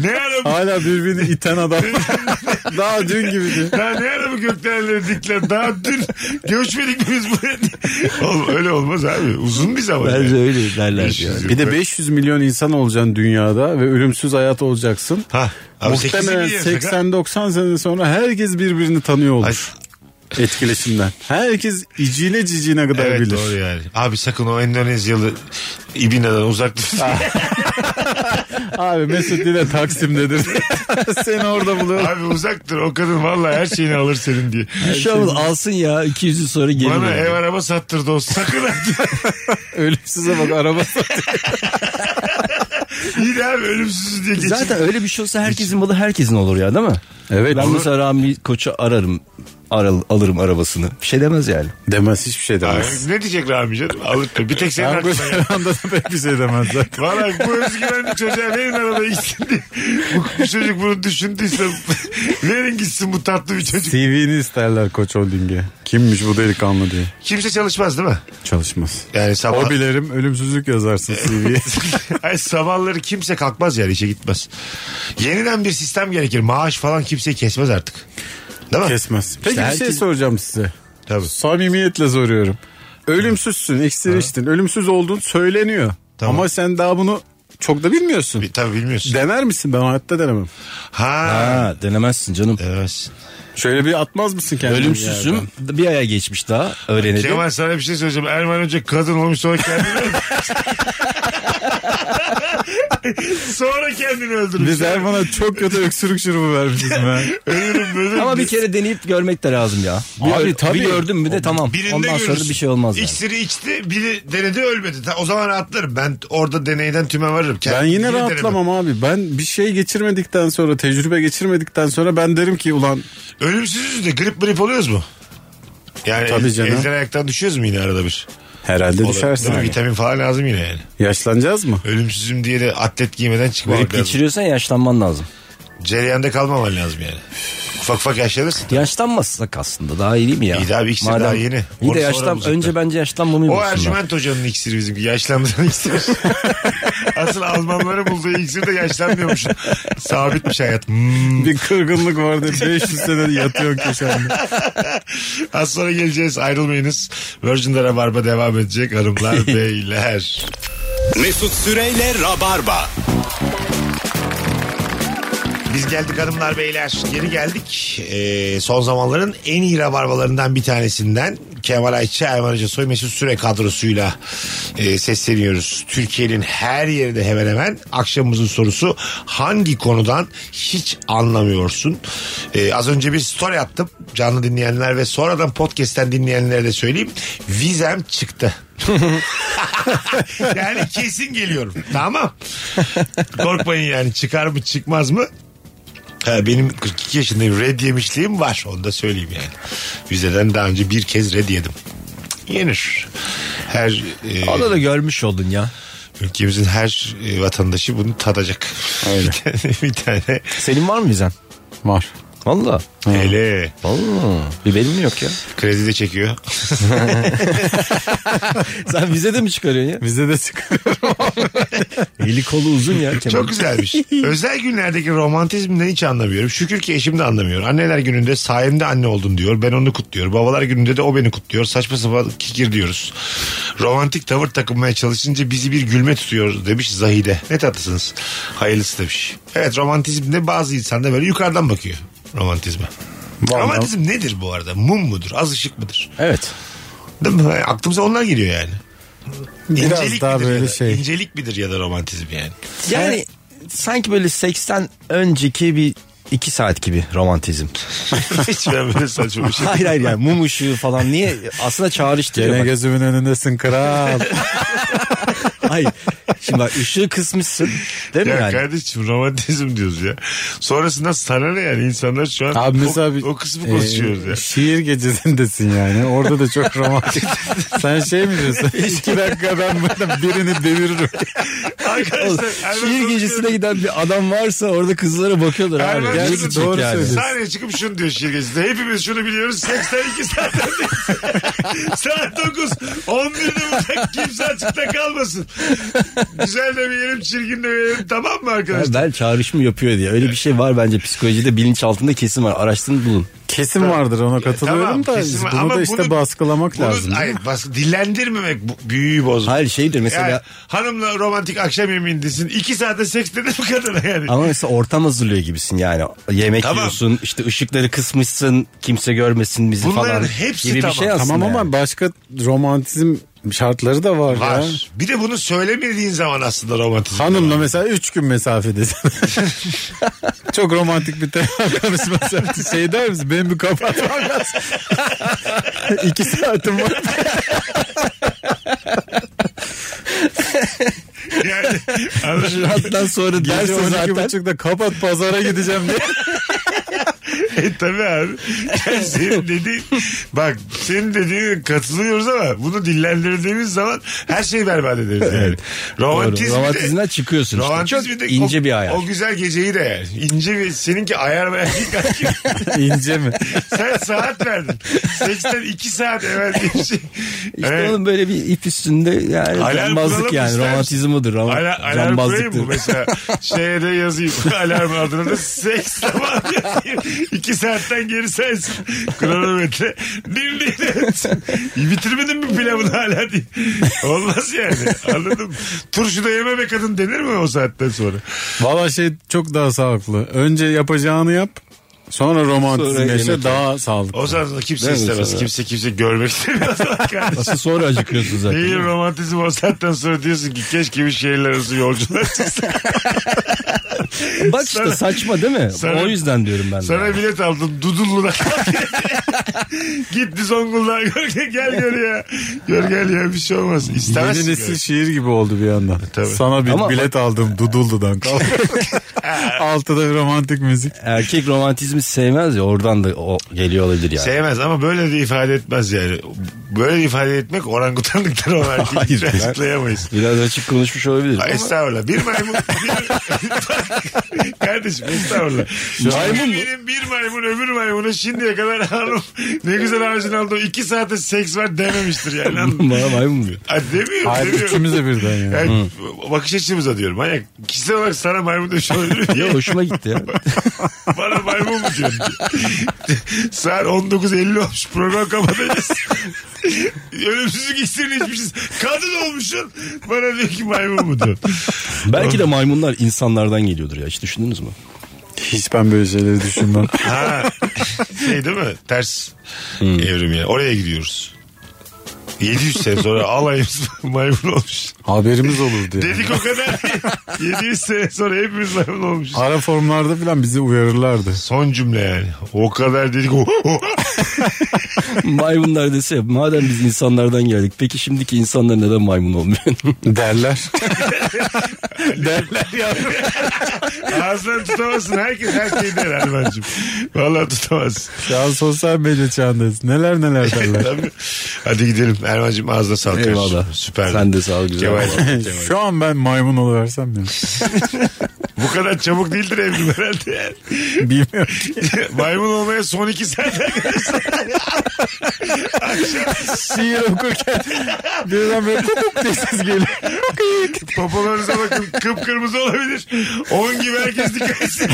S2: ne ara bu-
S4: Hala birbirini iten adam. Daha dün gibiydi.
S2: daha ne ara bu gökdelenleri dikler? Daha dün göçmedik mi biz buraya? Oğlum öyle olmaz abi. Uzun bir zaman.
S7: Bence
S2: yani.
S7: öyle derler
S2: 500
S7: yani.
S2: yıl.
S4: Bir de 500 milyon insan olacaksın dünyada ve ölümsüz hayat olacaksın.
S2: Ha, abi 8'i
S4: Muhtemelen
S2: biliyorsak ha.
S4: 80-90 sene sonra herkes birbirini tanıyor
S2: Ay,
S4: olur. Etkileşimden. Herkes iciyle cicine kadar
S2: Evet
S4: bilir.
S2: doğru yani. Abi sakın o Endonezyalı İbina'dan uzak dur.
S4: Abi Mesut yine Taksim'dedir. Seni orada bulur.
S2: Abi uzak dur o kadın vallahi her şeyini alır senin diye.
S7: İnşallah alsın ya 200 yıl sonra geri
S2: Bana
S7: dönüyor.
S2: ev araba sattırdı o sakın ha.
S4: Ölümsüze bak araba.
S2: İyi de abi ölümsüz diye geçin.
S7: Zaten öyle bir şey olsa herkesin malı herkesin olur ya değil mi?
S4: Evet.
S7: Ben mesela Rami Koç'u ararım. Aral, alırım arabasını. Bir şey demez yani.
S4: Demez hiçbir şey
S2: Ay,
S4: demez.
S2: ne diyecek Rami canım? Alır. Bir tek senin
S4: Ben bu
S2: aklına ya.
S4: anda da pek bir şey demezler.
S2: Valla bu özgüvenli çocuğa verin arada gitsin diye. Bu çocuk bunu düşündüyse verin gitsin bu tatlı bir çocuk.
S4: TV'ni isterler Koç Holding'e. Kimmiş bu delikanlı diye.
S2: Kimse çalışmaz değil mi?
S4: Çalışmaz.
S2: Yani sabah...
S4: Hobilerim ölümsüzlük yazarsın CV'ye.
S2: Ay, sabahları kimse kalkmaz yani işe gitmez. Yeniden bir sistem gerekir. Maaş falan kimseyi kesmez artık. Değil mi?
S4: Kesmez. Peki bir şey
S7: herkes-
S4: soracağım size.
S2: Tabii.
S4: Samimiyetle soruyorum. Ölümsüzsün, iksir içtin. Ölümsüz olduğun söyleniyor.
S2: Tamam.
S4: Ama sen daha bunu çok da bilmiyorsun.
S2: Bir- Tabii bilmiyorsun.
S4: Dener misin? Ben hayatta denemem.
S2: ha.
S7: Ha, denemezsin canım.
S2: Evet.
S4: Şöyle bir atmaz mısın kendini? bir yerden?
S7: Ölümsüzüm. Bir aya geçmiş daha öğrenelim.
S2: Kemal sana bir şey söyleyeceğim. Erman önce kadın olmuş sonra kendini öldürmüş. sonra kendini öldürmüş.
S4: Biz Erman'a çok kötü öksürük şurubu vermişiz ben.
S2: Ölürüm ölürüm.
S7: Ama bir kere deneyip görmek de lazım ya. Bir,
S4: Abi
S7: ö-
S4: tabii.
S7: bir gördün mü de tamam.
S2: Birinde
S7: Ondan sonra da
S2: görürsün.
S7: bir şey olmaz yani.
S2: İksiri içti biri denedi ölmedi. Ta- O zaman rahatlarım. Ben orada deneyden tüme varırım. Kend-
S4: Ben yine
S2: denemem.
S4: rahatlamam abi. Ben bir şey geçirmedikten sonra, tecrübe geçirmedikten sonra ben derim ki ulan
S2: Ölümsüzüz de grip grip oluyoruz mu? Yani
S4: Tabii
S2: el-
S4: canım.
S2: elden ayaktan düşüyoruz mu yine arada
S7: E,
S2: bir?
S4: herhalde düşersin.
S2: Değil mi? Vitamin falan lazım yine yani.
S4: Yaşlanacağız mı?
S2: Ölümsüzüm diye de atlet giymeden çıkmamak
S7: Grip
S2: lazım.
S7: geçiriyorsan yaşlanman lazım.
S2: Cereyanda kalmaman lazım yani. Ufak ufak yaşlanırsın.
S7: Yaşlanmasak aslında daha iyi değil mi ya?
S2: İyi de abi, ikisi daha yeni.
S7: İyi
S2: Orası
S7: de yaşlan,
S2: orada
S7: önce bence yaşlanmamayı
S2: O
S7: bulsunlar.
S2: Ercüment Hoca'nın iksiri bizimki. Yaşlandıran iksir. Asıl Almanların bulduğu iksir de yaşlanmıyormuş. Sabitmiş hayat. Hmm.
S4: Bir kırgınlık vardı. 500 sene yatıyor köşende.
S2: Az sonra geleceğiz ayrılmayınız. Virgin'de Rabarba devam edecek hanımlar beyler.
S1: Mesut Süreyle Rabarba.
S2: Biz geldik hanımlar beyler. Geri geldik. Ee, son zamanların en iyi rabarbalarından bir tanesinden Kemal Ayça, Erman Hoca Soy Mesut Süre kadrosuyla e, sesleniyoruz. Türkiye'nin her yerinde hemen hemen akşamımızın sorusu hangi konudan hiç anlamıyorsun? Ee, az önce bir story attım canlı dinleyenler ve sonradan podcast'ten dinleyenlere de söyleyeyim. Vizem çıktı. yani kesin geliyorum. Tamam. Korkmayın yani çıkar mı çıkmaz mı? Ha, benim 42 yaşındayım red yemişliğim var onu da söyleyeyim yani. Vizeden daha önce bir kez red yedim. Yenir. Her e,
S7: Onu da görmüş oldun ya.
S2: ülkemizin her e, vatandaşı bunu tadacak. bir tane, bir tane.
S7: Senin var mı vizen?
S4: Var.
S7: Valla.
S2: Hele
S7: Valla. Bir benim yok ya.
S2: kredi de çekiyor.
S7: Sen vize de mi çıkarıyorsun ya?
S4: Bize de çıkıyor.
S7: Eli kolu uzun ya. Kemal.
S2: Çok güzelmiş. Özel günlerdeki romantizmden hiç anlamıyorum. Şükür ki eşim de anlamıyor. Anneler gününde sayemde anne oldum diyor. Ben onu kutluyorum. Babalar gününde de o beni kutluyor. Saçma sapan kikir diyoruz. Romantik tavır takınmaya çalışınca bizi bir gülme tutuyor demiş Zahide. Ne tatlısınız. Hayırlısı demiş. Evet romantizmde bazı insan da böyle yukarıdan bakıyor romantizme. Romantizm nedir bu arada? Mum mudur? Az ışık mıdır?
S7: Evet.
S2: Değil mi? Aklımıza onlar geliyor yani.
S4: Biraz daha
S2: midir ya
S4: böyle
S2: da-
S4: şey.
S2: İncelik midir ya da romantizm yani?
S7: Yani sanki böyle 80 önceki bir 2 saat gibi romantizm.
S2: Hiç ben böyle saçma bir şey.
S7: hayır hayır yani mum ışığı falan niye aslında çağrıştırıyor.
S4: Gene
S7: bak.
S4: gözümün önündesin kral.
S7: Hayır. Şimdi bak ışığı kısmışsın değil mi
S2: ya
S7: yani?
S2: kardeşim romantizm diyoruz ya. Sonrasında sana ne yani insanlar şu an
S4: Abi
S2: o-
S4: mesela bir-
S2: o, kısmı konuşuyoruz
S4: Ee,
S2: ya.
S4: Şiir gecesindesin yani. Orada da çok romantik. Sen şey mi diyorsun? İki dakika ben burada birini deviririm.
S2: Arkadaşlar
S7: Ee, Şiir gecesine giden bir adam varsa orada kızlara bakıyorlar abi.
S2: Erman
S7: Gerçi
S2: Kızıl-
S7: doğru
S4: Doğru
S7: yani.
S4: söylüyorsun.
S2: Sahneye çıkıp şunu diyor şiir gecesinde. Hepimiz şunu biliyoruz. 82 saat Saat 9. 11'de burada kimse açıkta kalmasın. Güzel de bir yerim, çirgin de bir yerim. Tamam mı
S7: Ya
S2: arkadaşlar?
S7: Ben çağrışımı yapıyor diye. Öyle bir şey var bence psikolojide bilinç altında kesim var. Araştırın bulun.
S4: Kesin vardır ona katılıyorum da
S2: E, kesin-
S4: bunu
S2: ama
S4: da işte
S2: bunu-
S4: baskılamak
S2: bunu-
S4: lazım.
S2: Hayır baskı dillendirmemek bu- büyüyü bozmak.
S7: Hayır şeydir mesela
S2: Yani hanımla romantik akşam yemeğindesin. iki saate seks dedin mi kadına yani?
S7: ama mesela ortam hazırlıyor gibisin yani. Yemek
S2: Tamam.
S7: yiyorsun, işte ışıkları kısmışsın, kimse görmesin bizi
S2: Bunların
S7: falan.
S2: hepsi
S7: gibi
S2: tamam.
S7: bir şey aslında.
S4: Tamam
S7: yani.
S4: ama başka romantizm şartları da var,
S2: Var.
S4: ya.
S2: Bir de bunu söylemediğin zaman aslında romantizm.
S4: Hanımla mesela 3 gün mesafedesin. Çok romantik bir telefon konuşması yaptı. Şey der misin? Benim bir kapatmam lazım. 2 saatim var.
S2: Yani, anladın mı?
S7: Hatta sonra
S4: Gece
S7: derse zaten
S4: 12.30'da kapat pazara gideceğim diye.
S2: E tabii abi. Yani senin dediğin bak senin dediğine katılıyoruz ama bunu dillendirdiğimiz zaman her şeyi berbat ederiz yani. Romantizmi
S7: Doğru.
S2: de-
S7: Romantizmden çıkıyorsun işte.
S2: romantizmi
S7: Çok
S2: de
S7: ince
S2: o,
S7: bir ayar.
S2: O güzel geceyi de yani. İnce bir seninki ayar ve
S4: İnce mi?
S2: Sen saat verdin. 82 saat evvel diye bir şey.
S7: İşte
S2: Evet.
S7: onun böyle bir ip üstünde yani
S2: Alarm
S7: cambazlık
S2: kuralım
S7: yani
S2: ister misin?
S7: romantizm odur. Rom
S2: Ala, alarm kurayım mı mesela? Şeye de yazayım. Alarm adına da seks tamam yazayım. İki saatten geri sensin. Kronometre. Dimdik. Bitirmedin mi pilavını hala diye. Olmaz yani. Anladın mı? Turşu da yeme be kadın denir mi o saatten sonra?
S4: Valla şey çok daha sağlıklı. Önce yapacağını yap. Sonra romantizm
S7: Sonra
S4: yaşa
S7: yemek
S4: daha sağlıklı.
S2: O zaman kimse istemez. Kimse kimse görmek istemiyor. Kardeşim.
S7: Asıl sonra acıkıyorsun zaten.
S2: Değil romantizm o saatten sonra diyorsun ki keşke bir şehirler arası yolculuğa çıksa.
S7: Bak işte saçma değil mi?
S2: Sana-
S7: o yüzden diyorum ben de.
S2: Sana bilet aldım Dudullu'da. Gitti Zonguldak'a gör gel gör ya. Gör gel ya bir şey olmaz.
S4: Yeni
S2: İstemezsin.
S4: nesil
S2: yani.
S4: şiir gibi oldu bir yandan.
S2: tabii.
S4: Sana bir
S7: Ama-
S4: bilet aldım Dudullu'dan. Altıda bir romantik müzik.
S7: Erkek romantizmi sevmez ya oradan da o geliyor olabilir yani.
S2: Sevmez ama böyle de ifade etmez yani. Böyle de ifade etmek orangutanlıktan o erkeği
S7: Hayır, ben-
S2: translayamayız.
S7: Biraz açık konuşmuş olabilir.
S2: Ay,
S7: Ama
S2: Estağfurullah. Bir maymun. Bir... Kardeşim estağfurullah.
S7: maymun mu?
S2: Benim bir maymun öbür maymuna şimdiye kadar hanım ne güzel ağacın aldı. iki saate seks var dememiştir yani. anladın mı?
S7: bana maymun diyor.
S2: Ay, demiyor,
S4: Hayır
S2: demiyor.
S4: üçümüz de birden ya.
S2: Yani bakış açımıza diyorum. Manyak. Kişisel olarak sana maymun demiş olabilir
S7: Ya
S2: miyim?
S7: hoşuma gitti ya.
S2: Bana maymun mu diyorsun? Saat 19.50 olmuş. Program kapatacağız. Ölümsüzlük iksirini içmişiz. Kadın olmuşsun. Bana diyor ki maymun mu diyor.
S7: Belki de maymunlar insanlardan geliyordur ya. Hiç düşündünüz mü?
S4: Hiç ben böyle şeyleri düşünmem.
S2: Ha. Şey değil mi? Ters evrim yani. Oraya gidiyoruz. 700 sene sonra alayımız maymun olmuş.
S4: Haberimiz olurdu yani.
S2: Dedik o kadar değil. 700 sene sonra hepimiz maymun olmuşuz.
S4: Ara formlarda falan bizi uyarırlardı.
S2: Son cümle yani. O kadar dedik. "Oh,
S7: Maymunlar dese madem biz insanlardan geldik. Peki şimdiki insanlar neden maymun olmuyor?
S4: Derler.
S2: Ağzından tutamazsın. Herkes her şeyi der Erman'cığım. Valla tutamazsın.
S4: Şu an sosyal medya çağındayız. Neler neler derler.
S2: Tabii. Hadi gidelim. Erman'cığım ağzına sağlık.
S7: Eyvallah.
S2: Süper.
S7: Sen de sağ ol güzel.
S2: Kemal.
S4: Şu an ben maymun oluversem ya.
S2: Bu kadar çabuk değildir evrim herhalde.
S4: Bilmiyorum.
S2: Maymun olmaya son iki saat.
S4: Şiir okurken birden böyle kutup diye ses geliyor.
S2: Popolarınıza bakın. Kıpkırmızı olabilir. 10 gibi herkes dikkat etsin.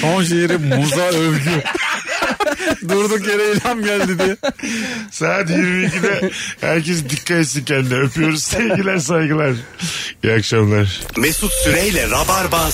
S4: Son şiiri muza övgü. Durduk yere ilham geldi diye.
S2: Saat 22'de herkes dikkat etsin kendine. Öpüyoruz. Sevgiler saygılar. İyi akşamlar.
S1: Mesut Süreyle Rabarba